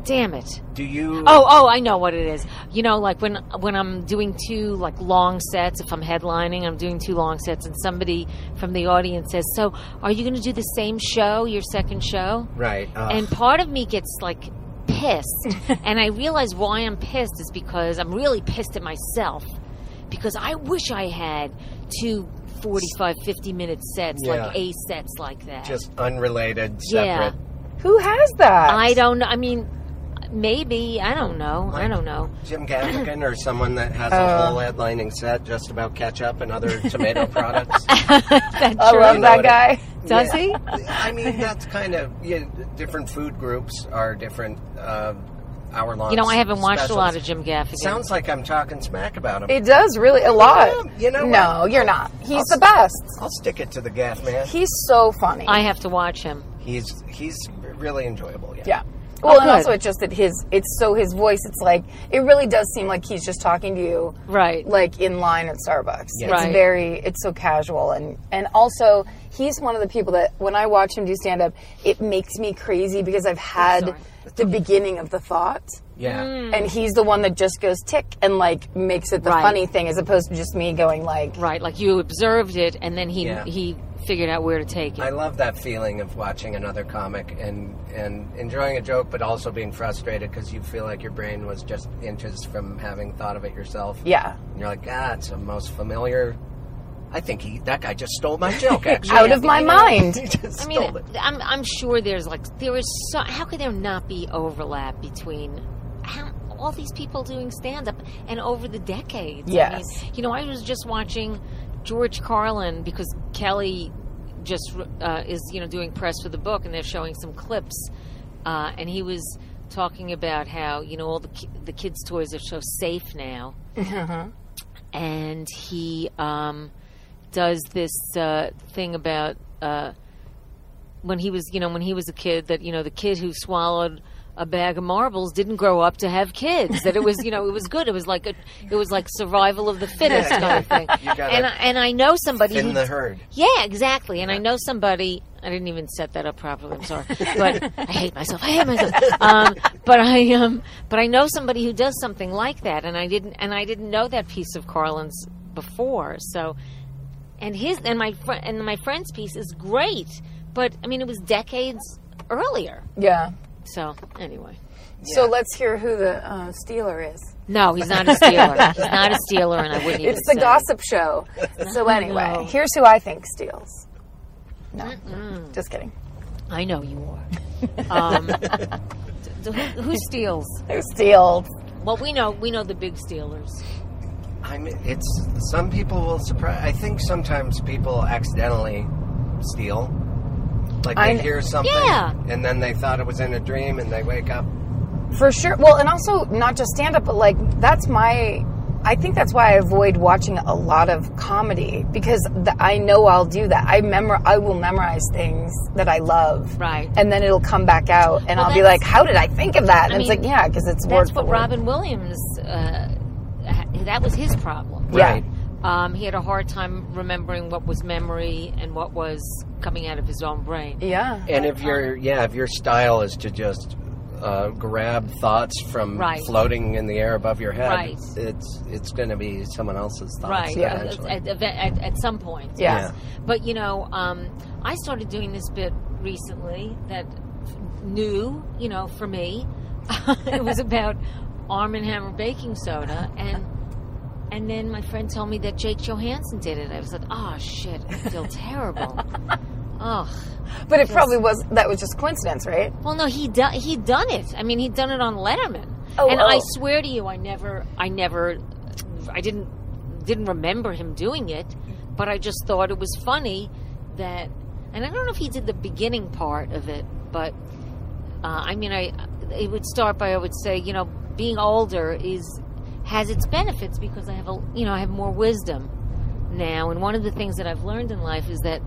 S4: damn it!
S2: Do you?
S4: Oh, oh, I know what it is. You know, like when when I'm doing two like long sets, if I'm headlining, I'm doing two long sets, and somebody from the audience says, "So, are you going to do the same show, your second show?"
S2: Right. Uh,
S4: and part of me gets like
S2: <laughs>
S4: pissed and i realize why i'm pissed is because i'm really pissed at myself because i wish i had two 45 50 minute sets like
S2: Yeah.
S4: a sets like that
S2: just unrelated,
S4: Yeah.
S2: separate.
S3: Who has that?
S4: i don't know i mean maybe i don't know i
S2: Like- <laughs>
S4: don't know
S2: Jim Gaffigan or someone that has a
S3: Uh.
S2: whole headlining set just about ketchup and other
S4: <laughs>
S2: tomato products.
S4: that
S3: I
S4: true?
S3: love
S2: You know
S3: that
S2: what
S3: guy.
S4: <laughs> does he
S2: I mean, that's kind of yeah, different food groups are different uh, hour long.
S4: you know i haven't watched a lot of jim gaffigan
S2: Sounds like I'm talking smack about him.
S3: It does really a lot.
S2: You know
S3: no,
S2: what?
S3: you're not. He's
S2: I'll-
S3: the best.
S2: I'll stick it to the gaff man.
S3: He's so funny.
S4: i have to watch him
S2: He's he's really enjoyable. Yeah.
S3: yeah. Well, and
S4: Oh, good.
S3: also it's just that his it's so his voice. It's like it really does seem like he's just talking to you
S4: right
S3: like in line at Starbucks. It's
S4: Right.
S3: very it's so casual and and also he's one of the people that when I watch him do stand up, it makes me crazy because I've had
S4: Sorry. Hmm.
S3: the beginning of the thought.
S2: Yeah.
S4: Mm.
S3: And he's the one that just goes tick and like makes it the
S4: Right.
S3: funny thing as opposed to just me going like
S4: right like you observed it and then he
S2: Yeah.
S4: he figured out where to take it
S2: I love that feeling of watching another comic and and enjoying a joke, but also being frustrated because you feel like your brain was just inches from having thought of it yourself.
S3: yeah.
S2: And you're like, ah, it's the most familiar. I think he that guy just stole my
S3: <laughs>
S2: joke. Actually,
S3: Out of my mind.
S2: <laughs> he just
S4: I mean,
S2: stole it.
S4: I'm, I'm sure there's like there is so how could there not be overlap between how, all these people doing stand up and over the decades? I
S3: Yes.
S4: mean, you know, I was just watching George Carlin because Kelly just uh, is you know doing press for the book and they're showing some clips, uh, and he was talking about how you know all the ki- the kids' toys are so safe now
S2: Mm-hmm.
S4: and he um, does this uh, thing about uh, when he was, you know, when he was a kid that you know the kid who swallowed a bag of marbles didn't grow up to have kids. That it was, you know, it was good. It was like a, it was like survival of the
S2: <laughs>
S4: fittest
S2: Yeah.
S4: kind of thing.
S2: You
S4: <laughs>
S2: gotta
S4: And I, and I know somebody who
S2: in the herd.
S4: yeah, exactly. And I know somebody. I didn't even set that up properly. I'm sorry, but I hate myself. I hate myself. Um, but I um, but I know somebody who does something like that, and I didn't and I didn't know that piece of Carlin's before. So, and his and my fr- and my friend's piece is great, but I mean it was decades earlier.
S3: Yeah.
S4: So anyway,
S3: So let's hear who the uh, Steeler is.
S4: no, he's not a stealer. he's not a stealer, and I wouldn't even.
S3: It's the
S4: say it.
S3: gossip
S4: <laughs>
S3: show. So anyway,
S4: No.
S3: here's who I think steals. No, just kidding.
S4: I know you are. Um, d- d- who, who steals?
S3: Who steals?
S4: Well, we know we know the big stealers.
S2: I mean, it's some people will surprise. I think sometimes people accidentally steal. Like
S3: I
S2: they
S3: kn-
S2: hear something,
S4: Yeah.
S2: and then they thought it was in a dream, and they wake up.
S3: For sure. Well, and also not just stand up, but like that's my. I think that's why I avoid watching a lot of comedy because th- I know I'll do that. I memor- I will memorize things that I love,
S4: Right.
S3: and then it'll come back out, and
S4: Well,
S3: I'll be
S4: that's-
S3: like, "How did I think of that?" And it's
S4: mean,
S3: like, "Yeah, because it's
S4: That's
S3: word for
S4: what
S3: word.
S4: Robin Williams. Uh, ha- that was his problem.
S3: Yeah.
S2: Right.
S4: Um, he had a hard time remembering what was memory and what was coming out of his own brain.
S3: Yeah,
S2: <laughs> And if your yeah, if your style is to just uh, grab thoughts from
S4: Right.
S2: floating in the air above your head,
S4: Right.
S2: it's it's going to be someone else's thoughts.
S4: Right.
S3: Yeah.
S4: At,
S2: eventually.
S4: at, at- at some point.
S3: yeah.
S2: Yeah.
S4: But you know, um, I started doing this bit recently that f- new, you know, for me. <laughs> it was about Arm and Hammer baking soda, and and then my friend told me that Jake Johansson did it. I was like, oh shit, I feel terrible. Ugh.
S3: But it probably was that was just coincidence, right?
S4: Well, no, he done he done it. I mean, he'd done it on Letterman,
S3: Oh,
S4: and
S3: oh.
S4: I swear to you, I never, I never, I didn't didn't remember him doing it, but I just thought it was funny that, and I don't know if he did the beginning part of it, but uh, I mean, I it would start by I would say, you know, being older is has its benefits because I have a you know I have more wisdom now, and one of the things that I've learned in life is that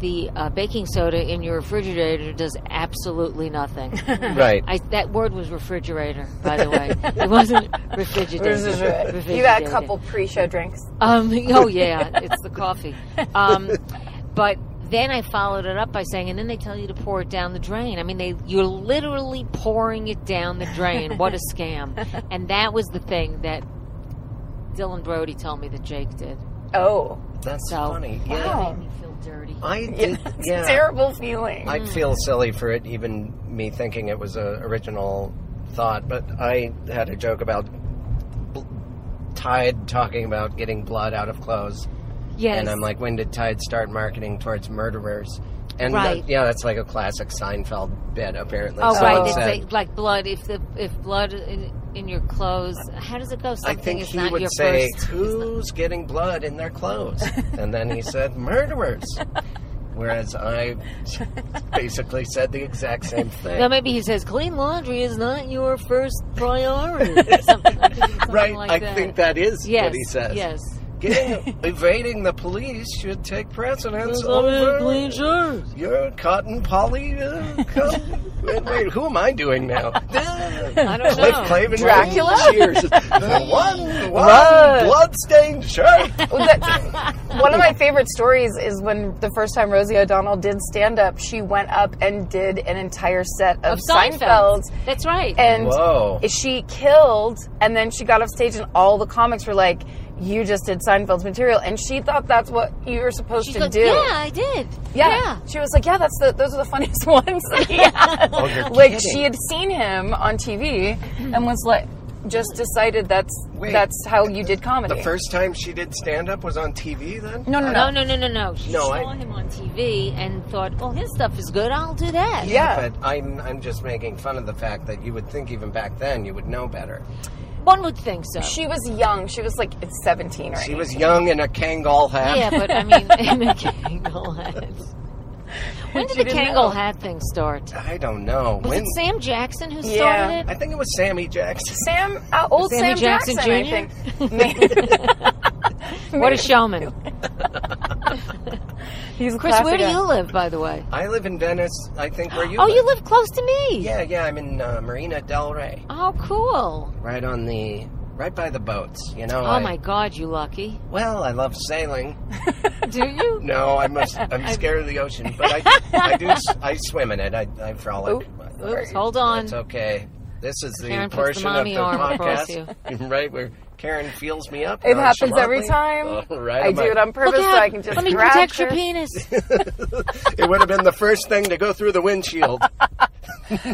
S4: the uh, baking soda in your refrigerator does absolutely
S3: <laughs>
S4: nothing.
S2: Right.
S4: I, that word was refrigerator, by the way. it wasn't refrigerator.
S3: <laughs>
S4: <laughs>
S3: you got a couple pre-show drinks.
S4: Um, oh yeah, it's the coffee. Um, but then I followed it up by saying, and then they tell you to pour it down the drain. I mean, they you're literally pouring it down the drain. What a scam!
S3: <laughs>
S4: And that was the thing that Dylan Brody told me that Jake did.
S3: Oh, <laughs>
S2: That's
S4: So
S2: funny. Yeah.
S3: Wow.
S4: It made me feel dirty.
S2: I
S3: <laughs> yeah,
S2: did.
S3: it's
S2: Yeah.
S3: a terrible feeling.
S4: Hmm.
S2: I'd feel silly for it, even me thinking it was a original thought. But I had a joke about bl- Tide talking about getting blood out of clothes,
S4: Yes.
S2: and I'm like, when did Tide start marketing towards murderers? And
S4: Right.
S2: that- yeah, that's like a classic Seinfeld bit, apparently.
S4: Oh
S2: Someone
S4: right, it's
S2: said-
S4: like, like blood. If the if blood in, in your clothes, how does it go?
S2: I
S4: Something
S2: think
S4: is
S2: he
S4: not
S2: would
S4: your
S2: say,
S4: first.
S2: "Who's getting blood in their
S4: <laughs>
S2: clothes?" and then he said, "Murderers." Whereas I basically said the exact same thing.
S4: Now maybe he says clean laundry is not your
S2: <laughs>
S4: first priority. or something, I think it's something
S2: right?
S4: like
S2: I
S4: that.
S2: think that is
S4: yes,
S2: what he says.
S4: Yes.
S3: <laughs>
S2: Getting, evading the police should take precedence over
S4: Clean shirts.
S2: your cotton poly. Uh,
S3: <laughs>
S2: cotton. wait, wait, who am I doing now? <laughs>
S4: I don't
S2: Cliff
S4: know.
S2: Clavin,
S3: Dracula? <laughs>
S2: Cheers. The one, one
S3: Run.
S2: bloodstained shirt.
S3: <laughs> Well, that's- one of my favorite stories is when the first time Rosie O'Donnell did stand up, she went up and did an entire set of,
S4: Of Seinfeld.
S3: Seinfelds,
S4: That's right.
S3: and
S2: Whoa.
S3: she killed. And then she got off stage, and all the comics were like, "You just did Seinfeld's material," and she thought that's what you were supposed
S4: She
S3: to
S4: goes,
S3: do.
S4: Yeah, I did.
S3: Yeah. She was like, yeah, that's the those are the funniest <laughs>
S4: <laughs>
S3: ones. yeah.
S2: Oh, you're
S3: <laughs> like
S2: kidding.
S3: she had seen him on TV and was like just decided that's
S2: Wait.
S3: that's how you did comedy.
S2: The first time she did stand up was on TV then?
S3: no, no, no.
S4: No, no, no, no, no. She
S2: No,
S4: saw
S2: I-
S4: him on TV and thought, well, his stuff is good. I'll do that.
S3: Yeah.
S2: But I'm, I'm just making fun of the fact that you would think even back then you would know better.
S4: One would think so.
S3: She was young. She was like it's 17 right?
S2: She was young in a Kangol hat.
S4: Yeah, but I mean, <laughs> in the Kangol hat. When did
S3: She
S4: the
S3: didn't know.
S4: Kangol hat thing start?
S2: I don't know.
S4: Was
S2: when,
S4: it Sam Jackson who started
S3: Yeah.
S4: it?
S2: I think it was Sammy Jackson.
S3: Sam uh, old Sam
S4: Sammy Jackson
S3: I
S4: Jr.?
S3: think. <laughs>
S4: <laughs>
S3: Maybe-
S4: What
S3: <laughs>
S4: a showman.
S3: He's a
S4: Chris, where
S3: classic
S4: do
S3: guy.
S4: you live, by the way?
S2: I live in Venice, I think where you
S4: oh, you live close to me.
S2: Yeah, yeah, I'm in uh, Marina Del Rey,
S4: Oh, cool.
S2: right on the right by the boats, you know.
S4: Oh,
S2: I-
S4: my God, you lucky.
S3: <laughs>
S2: Well, I love sailing.
S4: Do you?
S2: No, I
S4: <laughs>
S2: must I'm scared of the ocean, but I I do s- I swim in it. I I frolic.
S4: Oops, hold on.
S2: It's okay. This is the
S4: Karen puts the
S2: portion of
S4: mommy
S2: the
S4: arm across
S2: podcast, <laughs> right where Karen feels me up.
S3: It happens every
S2: nonchalantly.
S3: time.
S2: Oh, <laughs> right,
S3: I
S2: I'm
S3: do
S2: like-
S3: it on purpose
S4: Look
S3: so
S4: out.
S3: I can just
S4: Let me
S3: grab
S4: protect
S3: her.
S2: <laughs>
S4: your penis.
S2: It would have been the first thing to go through the windshield.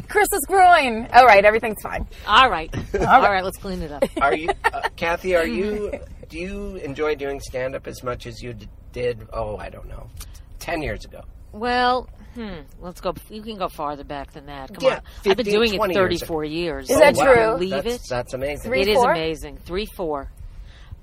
S3: Chris's groin. All right, everything's fine.
S2: <laughs>
S4: All right. All right, let's clean
S3: <laughs>
S4: it up.
S2: Are you, uh, Kathy? Are you? Do you enjoy doing stand up as much as you d- did? Oh, I don't know, ten years ago.
S4: Well, hmm, let's go. You can go farther back than that. Come
S2: Yeah,
S4: on. I've been
S2: 15,
S4: doing it
S2: 20 years. Oh,
S4: 34 years.
S3: Is that
S4: Can
S2: wow.
S4: you
S3: true?
S4: Believe
S2: that's,
S4: it?
S2: That's amazing.
S3: Three-
S4: It is
S3: four?
S4: amazing. Three, four.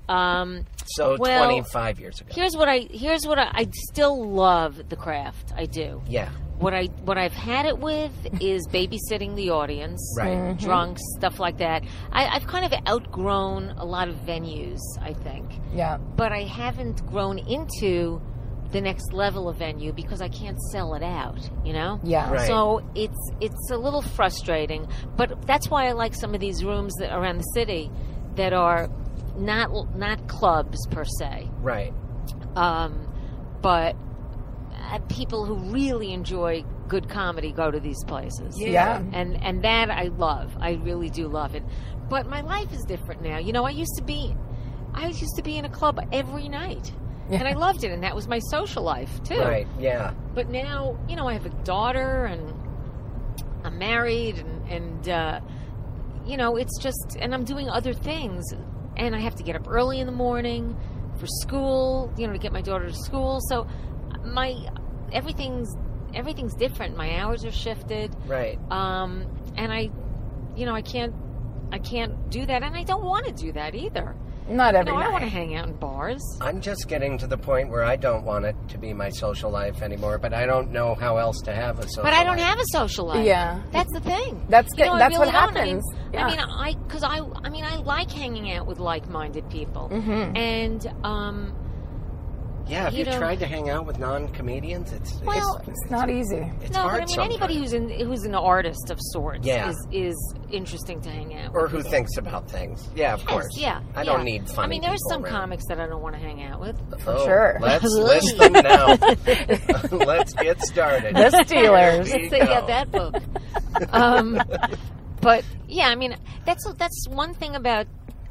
S4: Um,
S2: so
S4: Well-
S2: twenty-five years ago.
S4: here's what I here's what I, I still love the craft. I do.
S2: Yeah,
S4: What I what I've had it with is babysitting the audience,
S2: Right.
S3: Mm-hmm.
S4: drunks, stuff like that. I, I've kind of outgrown a lot of venues. I think
S3: Yeah.
S4: but I haven't grown into the next level of venue because I can't sell it out, you know?
S3: Yeah.
S2: Right.
S4: So it's it's a little frustrating, but that's why I like some of these rooms that around the city that are not not clubs per se,
S2: right.
S4: um, but uh, people who really enjoy good comedy go to these places
S3: Yeah.
S4: and and that I love. I really do love it. But my life is different now. You know, I used to be, I used to be in a club every night, and I loved it, and that was my social life too.
S2: Right. Yeah.
S4: But now, you know, I have a daughter, and I'm married, and and uh, you know, it's just, and I'm doing other things, and I have to get up early in the morning for school, you know, to get my daughter to school. So my everything's everything's different. My hours are shifted,
S2: Right.
S4: um, and I, you know, I can't, I can't do that, and I don't want to do that either.
S3: Not
S4: You
S3: every
S4: know, I
S3: night.
S4: don't want to hang out in bars.
S2: I'm just getting to the point where I don't want it to be my social life anymore, but I don't know how else to have a social
S4: But I don't
S2: life.
S4: have a social life.
S3: Yeah.
S4: that's the thing.
S3: That's
S4: You
S3: good.
S4: know, I
S3: That's
S4: really
S3: what
S4: don't. I mean-
S3: happens.
S4: I mean, I because I I mean I like hanging out with like-minded people,
S3: Mhm.
S4: and um,
S2: Yeah, have
S4: you
S2: you,
S4: know-
S2: tried to hang out with non comedians? It's,
S4: Well,
S2: it's,
S3: it's not easy.
S2: it's
S4: no,
S2: hard
S4: but I mean anybody
S2: sometimes.
S4: who's in who's an artist of sorts
S2: Yeah.
S4: is is interesting to hang out.
S2: or
S4: with.
S2: who thinks about things. Yeah, of
S4: Yes,
S2: course.
S4: yeah,
S2: I don't
S4: yeah.
S2: need funny.
S4: I mean, there's
S2: people
S4: some
S2: around.
S4: comics that I don't want to hang out with.
S2: For
S3: sure.
S2: Oh, Let's
S3: <laughs>
S2: list them now. <laughs> let's get started.
S3: The Steelers.
S2: There you
S4: So, yeah,
S2: go.
S4: that book.
S2: <laughs>
S4: um, but yeah, I mean, that's that's one thing about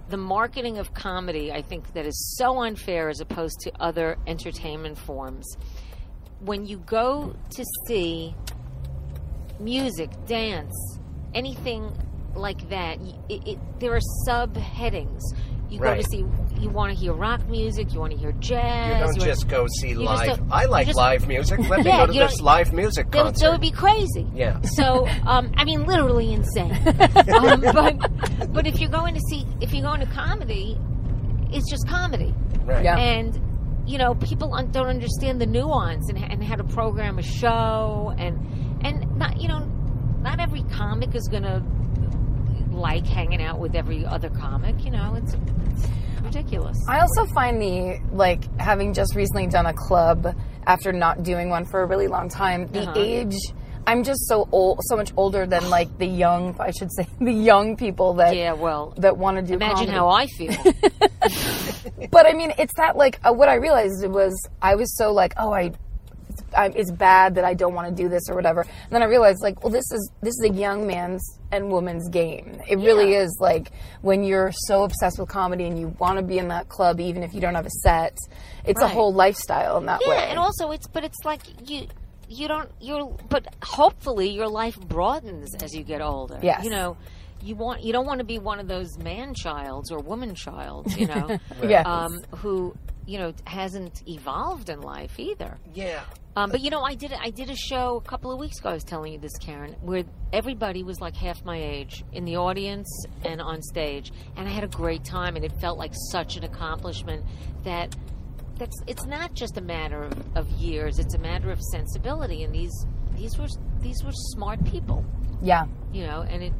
S4: the marketing of comedy. I think that is so unfair as opposed to other entertainment forms. When you go to see music, dance, anything like that, y- it, it, there are subheadings. You go
S2: Right.
S4: to see. You want to hear rock music. You want to hear
S2: You
S4: jazz.
S2: don't
S4: you wanna-
S2: just go see
S4: just
S2: live.
S4: don't-
S2: I like
S4: you just-
S2: live music. Let me
S4: Yeah,
S2: go to
S4: you
S2: this
S4: don't-
S2: live music
S4: that would,
S2: concert.
S4: that would be crazy.
S2: yeah.
S4: So, um, I mean,
S3: <laughs>
S4: literally insane. um, but but if you're going to see if you're going to comedy, it's just comedy,
S2: Right.
S3: Yeah.
S4: and you know people un- don't understand the nuance and, and how to program a show, and and not you know not every comic is gonna like hanging out with every other comic. You know, it's, it's ridiculous.
S3: I also find the like having just recently done a club after not doing one for a really long time. The
S4: Uh-huh.
S3: age I'm just so old, so much older than like the young. I should say <laughs> the young people that
S4: yeah, well,
S3: that want to do.
S4: imagine
S3: comedy.
S4: how I feel.
S3: But I mean, it's that like uh, what I realized was I was so like, oh, I, I it's bad that I don't want to do this or whatever. And then I realized like, well, this is this is a young man's and woman's game. It really is like when you're so obsessed with comedy and you want to be in that club, even if you don't have a set. It's a
S4: Right.
S3: whole lifestyle in that
S4: Yeah,
S3: way.
S4: and also it's but it's like you you don't you're but hopefully your life broadens as you get older.
S3: Yes.
S4: You know, you want you don't want to be one of those man childs or woman childs, you
S3: <laughs>
S4: know.
S3: yeah.
S4: um who you know hasn't evolved in life either.
S2: Yeah.
S4: Um, but you know, I did I did a show a couple of weeks ago. I was telling you this, Karen, where everybody was like half my age in the audience and on stage, and I had a great time, and it felt like such an accomplishment that that's it's not just a matter of, of years; it's a matter of sensibility. And these these were these were smart people,
S3: yeah.
S4: you know, and it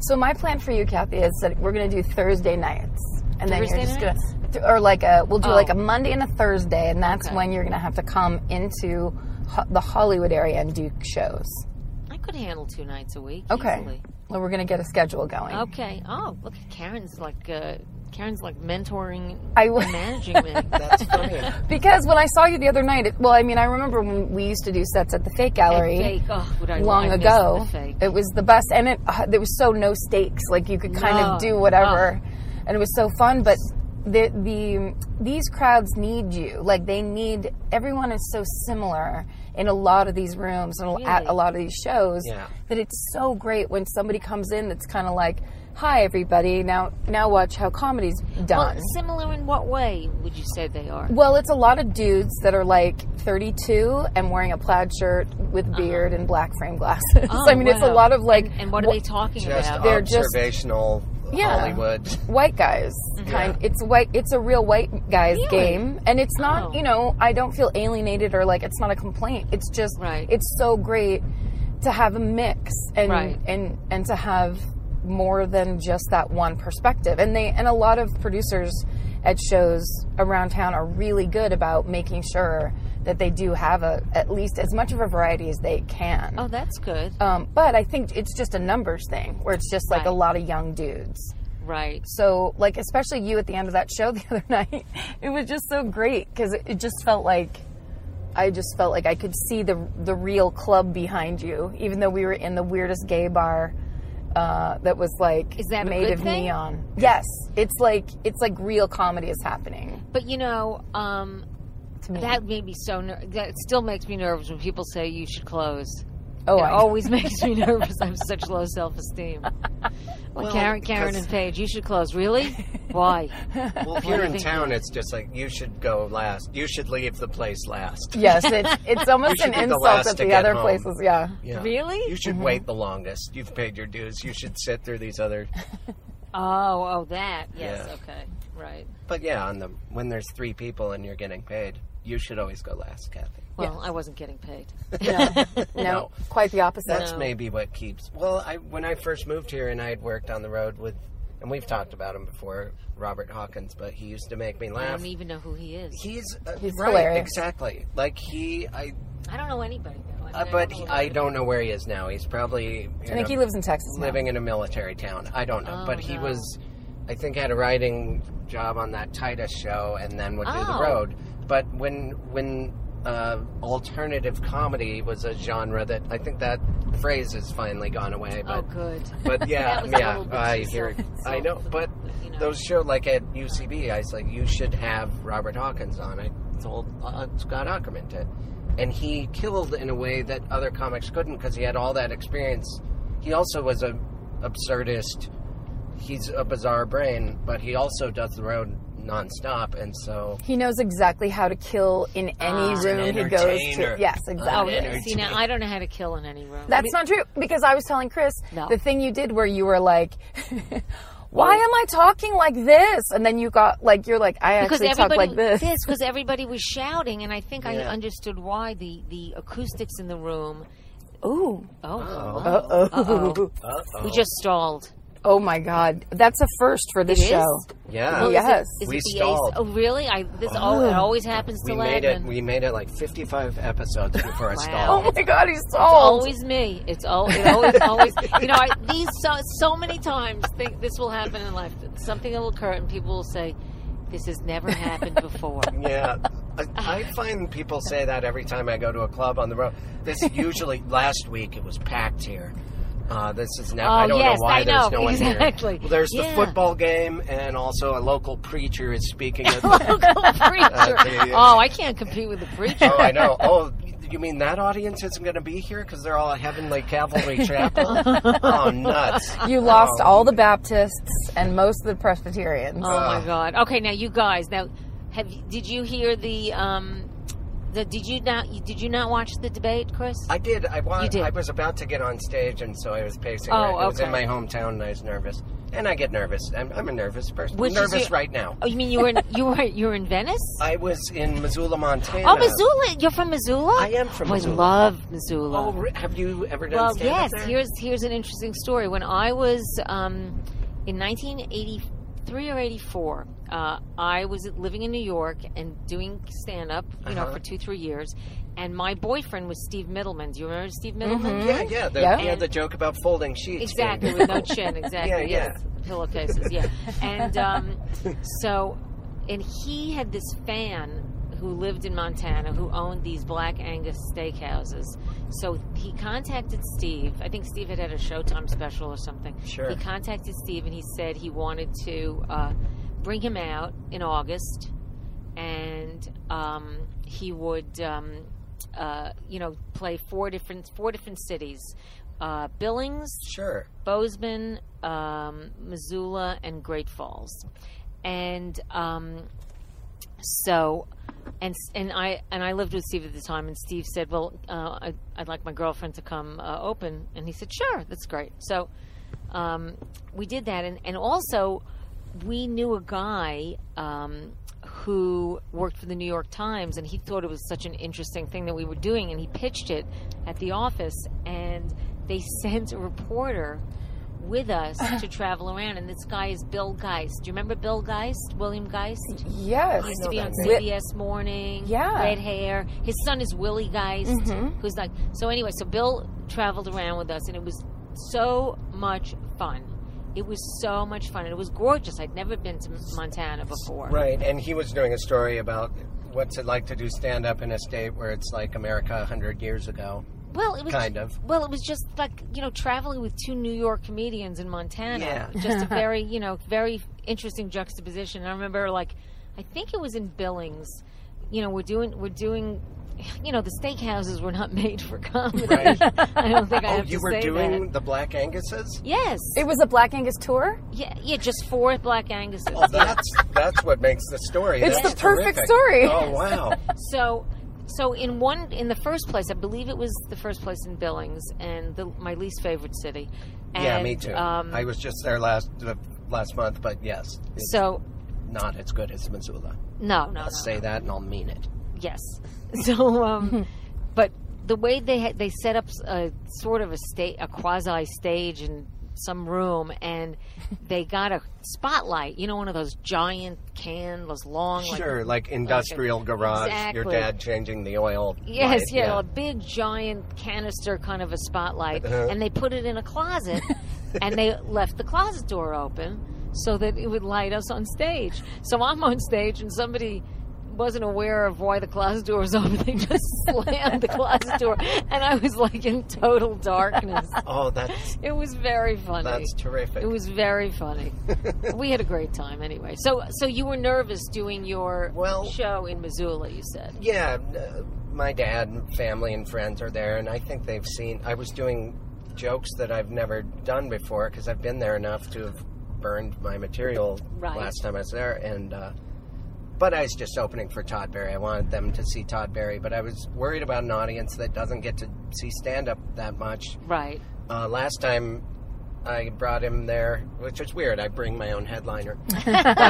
S3: So my plan for you, Kathy, is that we're gonna do Thursday nights, and then
S4: Thursday
S3: you're just
S4: nights?
S3: gonna, th- or like a, we'll do
S4: Oh.
S3: like a Monday and a Thursday, and that's
S4: Okay.
S3: when you're gonna have to come into ho- the Hollywood area and do shows.
S4: I could handle two nights a week.
S3: Okay.
S4: easily.
S3: Well, we're gonna get a schedule going.
S4: Okay. Oh, look, Karen's like uh, Karen's like mentoring,
S3: I w-
S4: and managing
S3: <laughs>
S4: me.
S2: That's funny.
S3: Because when I saw you the other night, it, well, I mean, I remember when we used to do sets at the Fake Gallery.
S4: Fake. Oh, would I
S3: Long
S4: I miss
S3: ago,
S4: the fake.
S3: it was the best, and it uh, there was so no stakes. Like you could kind of
S4: No.
S3: do whatever, and it was so fun. But the the these crowds need you. Like they need everyone is so similar in a lot of these rooms and at
S4: Really?
S3: a lot of these shows
S2: Yeah.
S3: that it's so great when somebody comes in that's kind of like, "Hi, everybody! Now now watch how comedy's done."
S4: Well, similar in what way would you say they are?
S3: Well, it's a lot of dudes that are like 32 and wearing a plaid shirt with beard and black frame glasses.
S4: Uh-huh.
S3: <laughs>
S4: Oh,
S3: I mean, it's a
S4: wow.
S3: lot of like
S4: And what are they talking
S2: Just
S4: about?
S3: They're just-
S2: observational
S3: Yeah.
S2: Hollywood.
S3: white guys kind. It's white. It's a real white guys
S4: Mm-hmm. Really?
S3: game, and it's not.
S4: Oh.
S3: You know, I don't feel alienated or like it's not a complaint. It's just
S4: Right.
S3: it's so great to have a mix and
S4: Right.
S3: and and to have more than just that one perspective. And they and a lot of producers at shows around town are really good about making sure that they do have a at least as much of a variety as they can.
S4: oh, that's good.
S3: Um, but I think it's just a numbers thing where it's just like a lot of young dudes.
S4: right.
S3: So, like, especially you at the end of that show <laughs> the other night, it was just so great because it, it just felt like I just felt like I could see the the real club behind you, even though we were in the weirdest gay bar uh, that was like
S4: Is that a
S3: made
S4: good
S3: of
S4: thing?
S3: neon. Yes, it's like it's like real comedy is happening.
S4: But you know, um,
S3: To me.
S4: that made me so. Ner- that still makes me nervous when people say you should close.
S3: oh,
S4: it
S3: I,
S2: <laughs>
S3: <laughs>
S4: always makes me nervous. I have such low self esteem. Well, Karen, Karen, and Paige, you should close. Really?
S3: <laughs>
S4: Why?
S2: Well,
S4: do
S2: here
S4: you
S2: in
S4: think?
S2: town, it's just like you should go last. You should leave the place last.
S3: Yes, it's it's almost
S2: You should be
S3: an
S2: the
S3: insult
S2: last
S3: that
S2: to
S3: the
S2: get
S3: other
S2: home.
S3: places.
S2: <laughs>
S3: Yeah.
S2: Yeah.
S4: Really?
S2: You
S3: Mm-hmm.
S2: should wait the longest. You've paid your dues. You should sit through these other.
S4: Oh, oh, that. Yes.
S2: Yeah.
S4: Okay. Right.
S2: But yeah, on the when there's three people and you're getting paid, you should always go last, Kathy.
S4: Well, I wasn't getting paid.
S3: <laughs> No, quite the opposite.
S2: That's maybe what keeps. Well, I when I first moved here and I had worked on the road with, and we've talked about him before, Robert Hawkins, but he used to make me
S4: I
S2: laugh.
S4: don't even know who he is.
S2: He's, uh,
S3: He's
S2: right,
S3: hilarious.
S2: exactly. Like he, I,
S4: I don't know anybody though. I mean,
S2: uh,
S4: I
S2: but
S4: don't
S2: he,
S4: know
S2: I don't know where he is now. He's probably. you
S3: I think
S2: know,
S3: he lives in Texas. now.
S2: living in a military town. I don't know,
S4: Oh,
S2: but he
S4: no.
S2: was, I think, had a writing job on that Titus show, and then would do the
S4: Oh.
S2: road. But when when uh, alternative comedy was a genre that I think that phrase has finally gone away.
S4: Oh,
S2: But
S4: good.
S2: <laughs> but yeah,
S4: <laughs> That was a
S2: yeah,
S4: little bit
S2: I
S4: too
S2: hear,
S4: self-
S2: I know.
S4: self-
S2: But
S4: you know.
S2: those show like at UCB, I was like, you should have Robert Hawkins on. I told uh, Scott Ackerman to, and he killed in a way that other comics couldn't because he had all that experience. He also was a absurdist. He's a bizarre brain, but he also does the road nonstop, and so
S3: He knows exactly how to kill in any
S4: Ah.
S3: room he goes to.
S2: entertainer.
S3: Yes,
S4: Oh,
S3: exactly.
S4: yeah. see now I don't know how to kill in any room.
S3: That's not true because I was telling Chris
S4: No.
S3: the thing you did where you were like, <laughs> "Why am I talking like this?" And then you got like you're like, "I
S4: because
S3: actually talk
S4: everybody
S3: like this."
S4: because everybody was shouting, and I think I
S2: Yeah.
S4: understood why the the acoustics in the room.
S3: <laughs> Ooh,
S4: Oh,
S2: Oh.
S3: oh,
S4: Uh-oh.
S2: uh-oh.
S4: we just stalled.
S3: oh my God, that's a first for this
S4: It is?
S3: show.
S2: yeah.
S4: Oh, is it-
S3: Yes. Oh.
S4: is
S2: We
S4: it the
S2: stalled.
S4: ace? Oh, really? I this all it always happens to
S2: we made it.
S4: Ladman.
S2: We made it like fifty-five episodes before a
S4: Wow.
S2: stall.
S3: Oh my God, he's so
S4: It's
S3: old.
S4: always me. It's al- it
S3: <laughs>
S4: always, always. You know, I, these so, so many times think this will happen in life. Something will occur, and people will say, "This has never happened
S3: <laughs>
S4: before." <laughs>
S2: Yeah. I, I find people say that every time I go to a club on the road.
S4: <laughs>
S2: This usually last week it was packed here. Uh, this is now. I
S4: Oh,
S2: don't
S4: yes,
S2: know why
S4: I
S2: there's
S4: know,
S2: no one
S4: exactly.
S2: here. Well, there's
S4: Yeah.
S2: the football game, and also a local preacher is
S4: <laughs>
S2: speaking. At
S4: preacher.
S2: Okay.
S4: Oh, I can't compete with the preacher.
S2: oh, I know. Oh, you mean that audience isn't going to be here because they're all at Heavenly
S4: <laughs>
S2: Cavalry Chapel? oh, nuts!
S3: You lost
S2: Oh.
S3: all the Baptists and most of the Presbyterians.
S4: Oh my
S2: Uh,
S4: God. Okay, now you guys. Now, have you- did you hear the um the did you not did you not watch the debate, Chris?
S2: I did. I wa-
S4: You did.
S2: I was about to get on stage, and so I was pacing.
S4: Oh,
S2: around. It was in
S4: okay.
S2: my hometown, and I was nervous. And I get nervous. I'm, I'm a nervous person.
S4: Which is
S2: nervous
S4: your-
S2: right now.
S4: oh, you mean you were in, you were you were in Venice?
S2: I was in Missoula, Montana.
S4: oh, Missoula. You're from Missoula.
S2: I am from
S4: Oh,
S2: Missoula.
S4: I love Missoula.
S2: Oh, re- have you ever done
S4: Well,
S2: stand-up
S4: yes.
S2: there?
S4: Here's here's an interesting story. When I was um, in 1983 or 84, uh, I was living in New York and doing stand up, you know,
S2: Uh-huh.
S4: for two three years. And my boyfriend was Steve Middleman. Do you remember Steve Middleman?
S2: Yeah, yeah. The,
S3: Yeah.
S2: yeah. the joke about folding sheets.
S4: Exactly,
S2: being-
S4: with no
S2: <laughs>
S4: chin. Exactly.
S2: Yeah,
S4: yes. Pillowcases. Yeah.
S2: <laughs>
S4: And um, so, and he had this fan who lived in Montana who owned these Black Angus steakhouses. So he contacted Steve. I think Steve had had a Showtime special or something.
S2: Sure.
S4: He contacted Steve and he said he wanted to uh, bring him out in August, and um, he would. Um, uh, you know, play four different four different cities: uh, Billings,
S2: Sure.
S4: Bozeman, um, Missoula, and Great Falls, and um, so, and and I and I lived with Steve at the time, and Steve said, "Well, uh, I, I'd like my girlfriend to come uh, open," and he said, "Sure, that's great." So, um, we did that, and and also, we knew a guy. Um, who worked for the New York Times and he thought it was such an interesting thing that we were doing and he pitched it at the office and they <laughs> sent a reporter with us to travel around and this guy is Bill Geist. Do you remember Bill Geist? William Geist?
S3: Yes.
S4: used to be on
S3: name.
S4: CBS Morning.
S3: Yeah.
S4: Red hair. His son is Willie Geist, who's like. So anyway, so Bill traveled around with us, and it was so much fun. It was so much fun, and it was gorgeous. I'd never been to Montana before.
S2: Right. And he was doing a story about what's it like to do stand-up in a state where it's like America 100 years ago.
S4: Well, it was
S2: Kind of.
S4: Well, it was just like you know traveling with two New York comedians in Montana.
S2: Yeah.
S4: <laughs>
S2: <laughs>
S4: Just a very you know very interesting juxtaposition. And I remember like I think it was in Billings. You know we're doing we're doing you know, the steakhouses were not <laughs> made for comedy.
S2: Right.
S4: <laughs> I don't think I
S2: Oh,
S4: have
S2: you
S4: to
S2: were
S4: say
S2: doing
S4: that.
S2: the Black Anguses?
S4: Yes.
S3: It was a Black Angus tour.
S4: yeah, yeah, just four Black Anguses.
S2: Oh, that's that's what makes the story.
S3: It's
S2: That's
S3: the perfect
S2: terrific.
S3: story.
S2: Oh
S4: <laughs>
S2: wow!
S4: So, so in one, in the first place, I believe it was the first place in Billings, and the, my least favorite city. And,
S2: yeah, me too.
S4: Um,
S2: I was just there last uh, last month, but yes, it's
S4: so
S2: not as good as Missoula.
S4: no, no,
S2: I'll
S4: no,
S2: say that, and I'll mean it.
S4: yes. <laughs> So, um, but the way they had, they set up a sort of a state, a quasi stage in some room, and they got a spotlight. You know, one of those giant can, those long, like,
S2: sure, like industrial garage, your
S4: Exactly.
S2: dad changing the oil.
S4: Yes,
S2: light,
S4: yeah, a big giant canister kind of a spotlight,
S2: Uh-huh.
S4: and they put it in
S2: <laughs>
S4: a closet, and they left the closet door open so that it would light us on stage. So I'm on stage, and somebody wasn't aware of why the closet door was open. <laughs> They just slammed the closet door, and I was like in total darkness.
S2: Oh, that's
S4: It was very funny.
S2: that's terrific.
S4: it was
S2: <laughs>
S4: very funny. we had a great time anyway. So, so you were nervous doing your
S2: Well-
S4: show in Missoula, you said.
S2: yeah, uh, my dad, and family, and friends are there, and I think they've seen. I was doing jokes that I've never done before because I've been there enough to have burned my material
S4: Right.
S2: last time I was there, and. Uh, but I was just opening for Todd Berry. I wanted them to see Todd Berry, but I was worried about an audience that doesn't get to see stand up that much.
S4: Right.
S2: Uh, last time I brought him there, which was weird. I bring my own
S4: <laughs>
S2: headliner.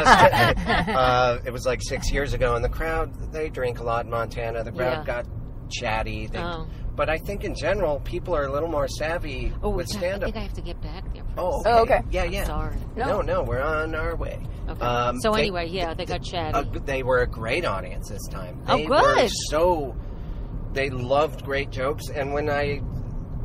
S2: uh, it was like six years ago, and the crowd, they drink a lot in Montana. The crowd
S4: Yeah.
S2: got chatty. They,
S4: Oh.
S2: But I think in general, people are a little more savvy
S4: Oh,
S2: with
S4: I-
S2: stand
S4: I
S2: up.
S4: think I have to get back there. First.
S2: Oh, okay.
S3: Oh, okay.
S2: Yeah, yeah.
S4: Sorry.
S2: No. no, we're on our way.
S4: Okay.
S2: Um,
S4: so
S2: they-
S4: anyway, yeah, they got chatty.
S2: uh, they were a great audience this time.
S4: Oh,
S2: They Were
S4: good.
S2: so they loved great jokes, and when I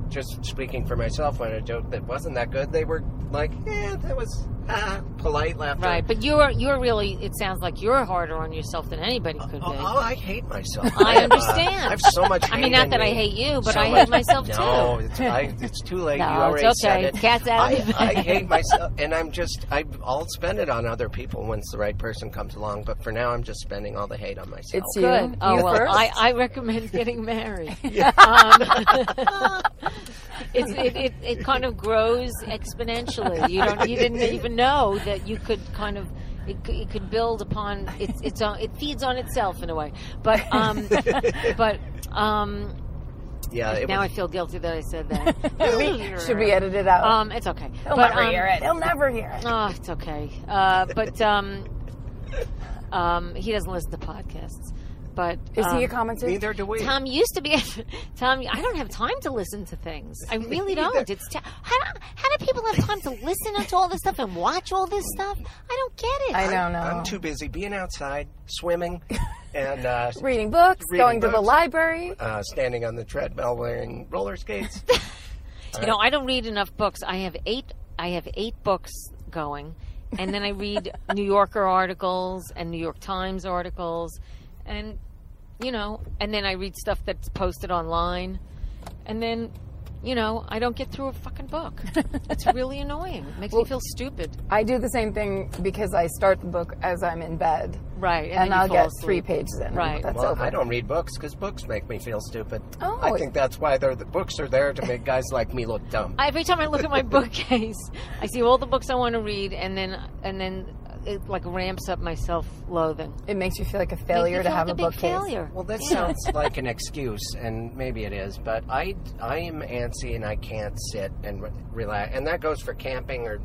S2: just speaking for myself, when a joke that wasn't that good, they were like, "Yeah, that was ah, polite laughter."
S4: right, but you're you're really. It sounds like you're harder on yourself than anybody could be.
S2: Oh, oh, I hate myself.
S4: I
S2: Uh,
S4: understand.
S2: I have so much.
S4: I mean,
S2: hate
S4: not
S2: in
S4: that I
S2: me.
S4: hate you, but
S2: So
S4: I hate
S2: much-
S4: myself
S2: no,
S4: too.
S2: it's, I, it's too late.
S4: <laughs> No,
S2: you already
S4: it's
S2: said
S4: okay.
S2: it.
S4: Cat's out of
S2: I,
S4: the
S2: I
S4: bag. <laughs>
S2: hate myself, and I'm just I, I'll spend it on other people once the right person comes along. But for now, I'm just spending all the hate on myself.
S3: It's you.
S4: Good. Oh
S3: You
S4: well,
S3: first.
S4: I, I recommend
S3: <laughs>
S4: getting married. um, it's, it, it it kind of grows exponentially. You don't you didn't even know that you could kind of it, c- it could build upon it's it's on, it feeds on itself in a way. But
S3: <laughs>
S4: um, but um,
S2: yeah, it
S4: now
S2: was,
S4: I feel guilty that I said that.
S3: Should we Oh, edit it out?
S4: Um, it's okay.
S3: He'll never
S4: um,
S3: hear it. He'll never hear it.
S4: Oh, it's okay. Uh, but um, um, he doesn't listen to podcasts. But
S3: Is
S4: um,
S3: he a commenter?
S2: neither do we.
S4: Tom used to be. <laughs> Tom, I don't have time to listen to things.
S3: <laughs>
S4: I really don't. It's ta- how, do, how do people have time to listen to all this stuff and watch all this stuff? I don't get it.
S3: I don't know.
S2: I'm too busy being outside,
S3: <laughs>
S2: swimming, and uh,
S3: reading books,
S2: Reading
S3: going to the
S2: books.
S3: library.
S2: uh, standing on the treadmill wearing roller skates.
S4: You know, I don't read enough books. I have eight. I have eight books going, and then
S3: <laughs>
S4: I read New Yorker articles and New York Times articles, and you know, and then I read stuff that's posted online, and then. You know, I don't get through a fucking book.
S3: <laughs>
S4: It's really annoying. It makes me feel stupid.
S3: I do the same thing because I start the book as I'm in bed,
S4: Right.
S3: and,
S4: then you
S3: I'll
S4: fall
S3: get
S4: asleep.
S3: three pages in. and <laughs>
S4: Right.
S3: That's
S2: Well,
S3: over.
S2: I don't read books because books make me feel stupid.
S3: Oh.
S2: I think that's why they're, the books are there to make guys like me look dumb.
S4: Every time I look at my bookcase, I see all the books I want to read, and then and then it like ramps up my self-loathing. Makes
S3: It makes you feel like a
S4: me
S3: failure to
S4: feel
S3: have
S4: like
S3: a,
S4: big
S3: bookcase.
S4: failure.
S2: well, that sounds like an excuse, and maybe it is, but I, I am antsy and I can't sit and re- relax. And that goes for camping or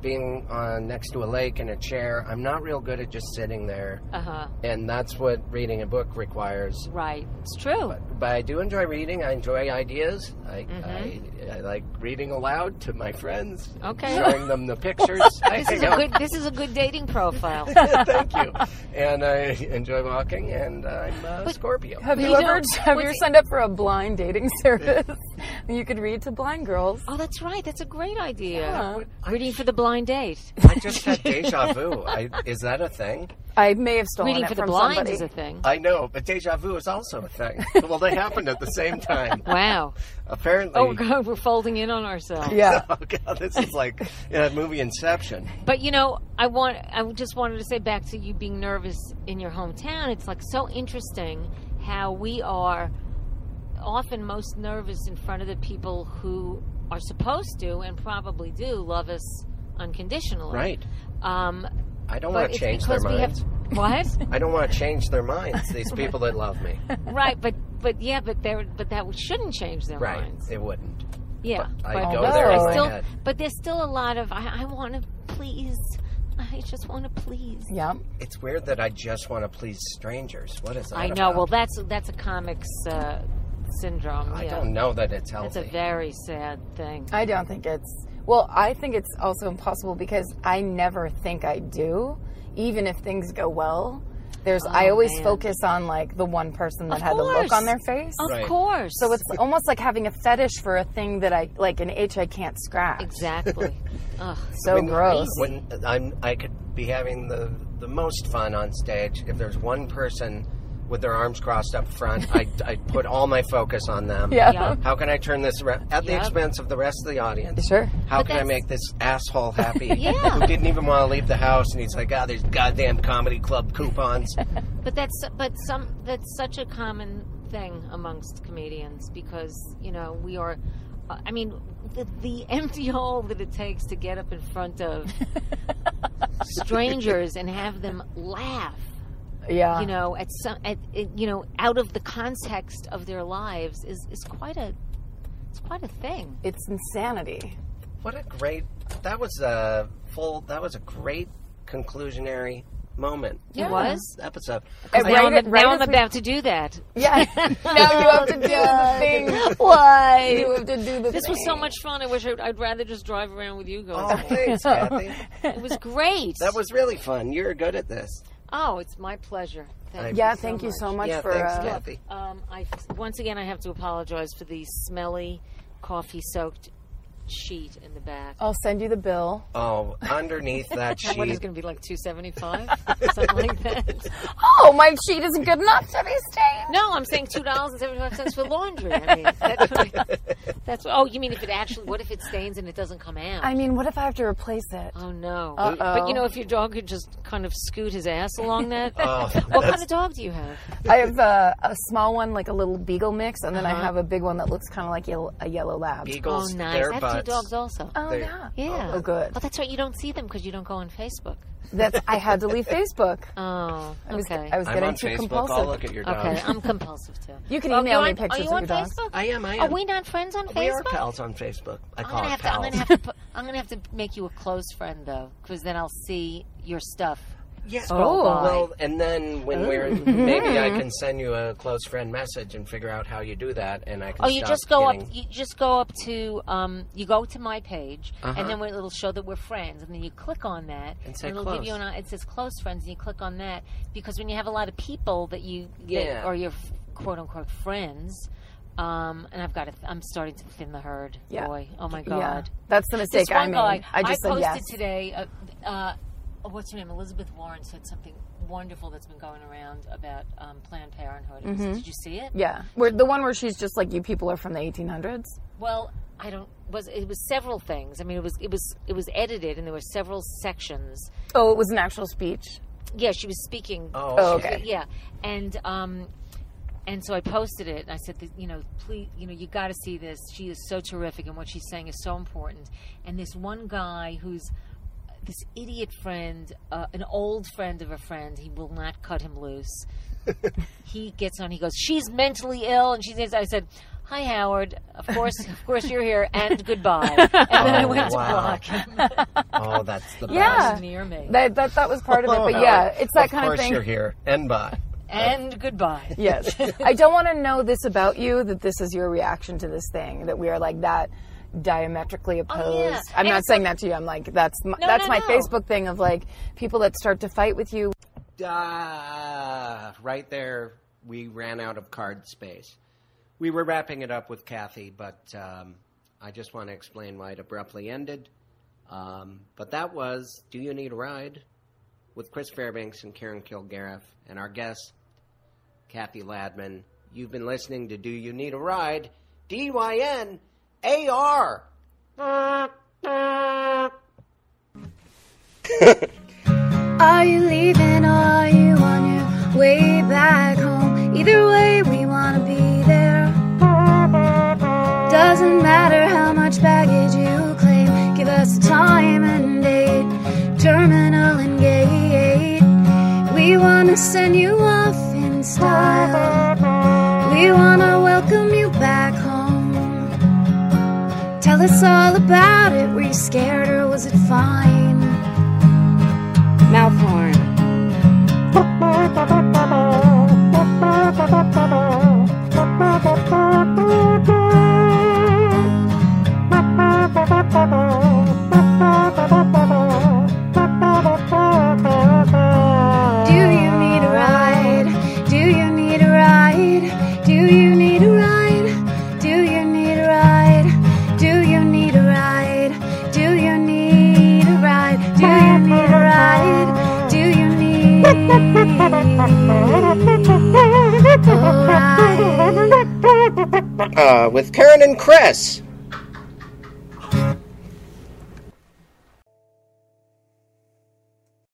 S2: being uh, next to a lake in a chair. I'm not real good at just sitting there,
S4: Uh huh.
S3: Uh-huh.
S2: and that's what reading a book requires.
S4: Right. It's true.
S2: but I do enjoy reading. I enjoy ideas. I,
S4: Mm-hmm.
S2: I, I like reading aloud to my
S4: <laughs>
S2: friends,
S4: Okay.
S2: showing them the pictures. I
S4: <laughs> This is
S2: hang
S4: a
S2: out-
S4: good. This is a good dating profile.
S3: <laughs>
S2: Thank you. And I enjoy walking, and I'm a Scorpio.
S3: Have you,
S4: You
S3: ever <laughs> have
S4: know,
S3: you
S4: what's
S3: ever
S4: it-
S3: signed up for a blind dating <laughs> service? you could read to blind girls.
S4: Oh, that's right. That's a great idea.
S3: Yeah.
S4: Reading for the blind date. <laughs>
S2: I just had deja vu. I, is that a thing?
S3: I may have stolen
S4: Reading
S3: it
S4: for the
S3: from
S4: blind
S3: somebody.
S4: is a thing.
S2: I know, but deja vu is also a thing. Well, they happened at the same time,
S3: <laughs>
S4: Wow.
S2: apparently.
S4: Oh God, we're folding in on ourselves.
S3: yeah.
S2: <laughs> Oh, God, this is like yeah, movie Inception.
S4: But you know, I want I just wanted to say back to you being nervous in your hometown. It's like so interesting how we are often most nervous in front of the people who are supposed to and probably do love us unconditionally.
S2: Right.
S4: Um,
S2: I don't
S4: but
S2: want
S4: it's
S2: to change their
S4: because we have
S2: minds.
S4: <laughs> what?
S2: I don't want to change their minds.
S4: <laughs>
S2: These people that love me, <laughs>
S4: right, but but yeah, but they but that shouldn't change their
S2: right?
S4: minds.
S2: They wouldn't.
S4: yeah,
S2: I
S4: but-
S3: go
S4: but
S3: there in
S4: there's
S3: my
S4: still,
S2: head.
S4: But there's still a lot of I, I want to please. I just want to please.
S3: Yeah.
S2: It's weird that I just want to please strangers. What is that?
S4: I know.
S2: about?
S4: Well, that's that's a comics uh, syndrome.
S2: I
S4: yeah.
S2: don't know that it's healthy.
S4: That's a very sad thing.
S3: I don't think it's. Well, I think it's also impossible because I never think I do, even if things go well. There's. I always
S4: Oh, man.
S3: focus on like the one person that
S4: Of
S3: had the
S4: course.
S3: look on their face.
S4: Of
S2: Right.
S4: course.
S3: So
S4: <laughs>
S3: it's almost like having a fetish for a thing that I like an itch I can't scratch.
S4: exactly. Ugh.
S3: So
S2: When-
S3: gross.
S2: When I'm, I could be having the the most fun on stage if there's one person with their arms crossed up
S4: <laughs>
S2: front. I I put all my focus on them.
S3: Yeah.
S4: Yeah.
S2: How can I turn this around at the
S4: Yep.
S2: expense of the rest of the audience?
S3: <laughs> Sure.
S2: How
S4: But
S2: can I
S4: that's-
S2: make this asshole happy
S4: <laughs> Yeah.
S2: who didn't even want to leave the house and he's like, ah, these goddamn comedy club
S4: <laughs>
S2: coupons.
S4: But that's but some that's such a common thing amongst comedians because you know we are. uh, I mean, the, the <laughs> empty hole that it takes to get up in front <laughs> of strangers and have them laugh.
S3: Yeah.
S4: You know, at some, at, it- you know, out of the context of their lives is is quite a, it's quite a thing.
S3: it's
S4: <laughs>
S3: insanity.
S2: What a great that was a full that was a great conclusionary moment.
S4: It was.
S2: Episode.
S3: And
S4: Now,
S3: right
S4: I'm,
S3: at- right
S4: now I'm
S3: as we-
S4: about to do that. <laughs>
S3: Yeah. now you have to do the thing.
S4: Why?
S3: You have to do the
S4: This
S3: thing.
S4: was so much fun. I wish I'd, I'd rather just drive around with you guys.
S2: Oh,
S4: <laughs>
S2: thanks, Kathy.
S4: It was great.
S2: That was really fun. You're good at this.
S4: Oh, it's my pleasure. Thank
S3: Yeah,
S4: you so
S3: thank you so much
S2: yeah,
S3: for
S2: thanks,
S3: uh,
S2: Kathy.
S4: Um, I once again I have to apologize for the smelly, coffee-soaked sheet in the back.
S3: I'll send you the bill.
S2: Oh, underneath
S4: <laughs>
S2: that
S4: Oh, What is
S2: sheet.
S4: going to be like two <laughs> seventy-five, something like that?
S3: Oh, my sheet isn't good enough to be stained.
S4: No, I'm saying two dollars and seventy-five cents for laundry. I mean,
S2: <laughs>
S4: that, that's oh, you mean if it actually? What if it stains and it doesn't come out?
S3: I mean, what if I have to replace it?
S4: Oh no!
S3: Uh-oh.
S4: But you know, if your dog could just kind of scoot his ass along
S3: <laughs>
S4: that,
S2: Oh,
S4: what kind of dog do you have?
S3: I have uh, a small one, like a little beagle mix, and then I
S4: Uh-huh.
S3: have a big one that looks kind of like yellow, a yellow lab.
S4: Oh,
S2: Beagles,
S4: nice!
S2: their
S4: I have
S2: butts.
S4: two dogs also.
S3: Oh
S2: There.
S3: yeah,
S4: yeah.
S3: Oh, good.
S4: Oh, that's right. You don't see them because you don't go on Facebook.
S3: That's I had
S2: <laughs>
S3: to leave Facebook.
S4: Oh,
S3: I was,
S4: okay.
S3: I was
S2: I'm
S3: getting
S2: on
S3: too
S2: Facebook.
S3: compulsive.
S2: I'll look at your dog.
S4: okay, Um, I'm compulsive too.
S3: You can <laughs>
S4: Oh,
S3: email
S4: you're
S3: me
S4: on-
S3: pictures
S4: Are you
S3: of
S4: on
S3: your dogs.
S4: Facebook?
S2: I am. I am.
S4: Are we not friends on
S2: We are
S4: Facebook?
S2: pals on Facebook. I
S4: I'm
S2: call
S3: oh,
S4: gonna
S2: it
S4: have to. I'm
S2: pals.
S4: gonna have to. Put, I'm gonna have to make you a close friend though, because then I'll see your stuff.
S2: Yes.
S4: Oh.
S2: well, well, and then when
S3: Oh.
S2: we're maybe
S3: <laughs>
S2: I can send you a close friend message and figure out how you do that, and I can.
S4: Oh, you
S2: stop
S4: just go
S2: getting-
S4: up. You just go up to. Um, you go to my page,
S2: Uh-huh.
S4: and then where it'll show that we're friends, and then you click on that,
S2: And say
S4: it'll give you
S2: close.
S4: an. It says close friends, and you click on that because when you have a lot of people that you that
S2: Yeah.
S4: are your f- quote unquote friends. Um, and I've got. A, I'm starting to thin the herd.
S3: Yeah.
S4: Boy, oh my god.
S3: Yeah, that's the
S4: This
S3: mistake I
S4: one
S3: made.
S4: guy,
S3: I just said
S4: posted
S3: yes.
S4: today. Uh, uh, what's her name? Elizabeth Warren said something wonderful that's been going around about um, Planned Parenthood. It was- Did you see it?
S3: Mm-hmm. Yeah, where the one where she's just like, "You people are from the 1800s."
S4: Well, I don't. Was it was several things. I mean, it was it was it was edited, and there were several sections.
S3: Oh, it was an actual speech.
S4: Yeah, she was speaking.
S2: Oh,
S3: Oh,
S2: shit.
S3: okay.
S4: Uh, Yeah, and um, and so I posted it, and I said, that, you know, please, you know, you got to see this. She is so terrific, and what she's saying is so important. And this one guy who's uh, this idiot friend, uh, an old friend of a friend, he will not cut him loose. he gets on. He goes, "She's mentally ill," and she says, "I said." Hi Howard, of course, of course you're here, and goodbye. And then <laughs> I
S2: Oh,
S4: went
S2: wow.
S4: to block him.
S2: Oh, that's the
S3: Yeah.
S2: best.
S4: near me.
S3: That that that was part of it, but
S2: Oh,
S3: yeah, it's that
S2: of
S3: kind of
S2: course
S3: thing.
S2: you're here. And bye.
S4: and goodbye. <laughs>
S3: Yes. I don't want to know this about you that this is your reaction to this thing that we are like that diametrically opposed. I'm
S4: Oh, And
S3: not
S4: it's
S3: saying that to you. I'm like that's my,
S4: No,
S3: that's
S4: no,
S3: my
S4: no.
S3: Facebook thing of like people that start to fight with you.
S2: Ah, right there, we ran out of card space. We were wrapping it up with Kathy, but um, I just want to explain why it abruptly ended. Um, but that was Do You Need a Ride? with Chris Fairbanks and Karen Kilgariff, and our guest, Kathy Ladman. You've been listening to Do You Need a Ride? D Y N A R.
S1: Are you leaving? Are you on your way back home? Either way, us a time and date, terminal and gate. We wanna send you off in style. We wanna welcome you back home. Tell us all about it. Were you scared or was it fine? Mouth horn. Do you need a ride? Do you need a ride? Do you need a ride? Do you need a ride? Do you need a ride? Do you need a ride? Do you need a ride? Do you need a ride?
S2: Uh, with Karen and Chris.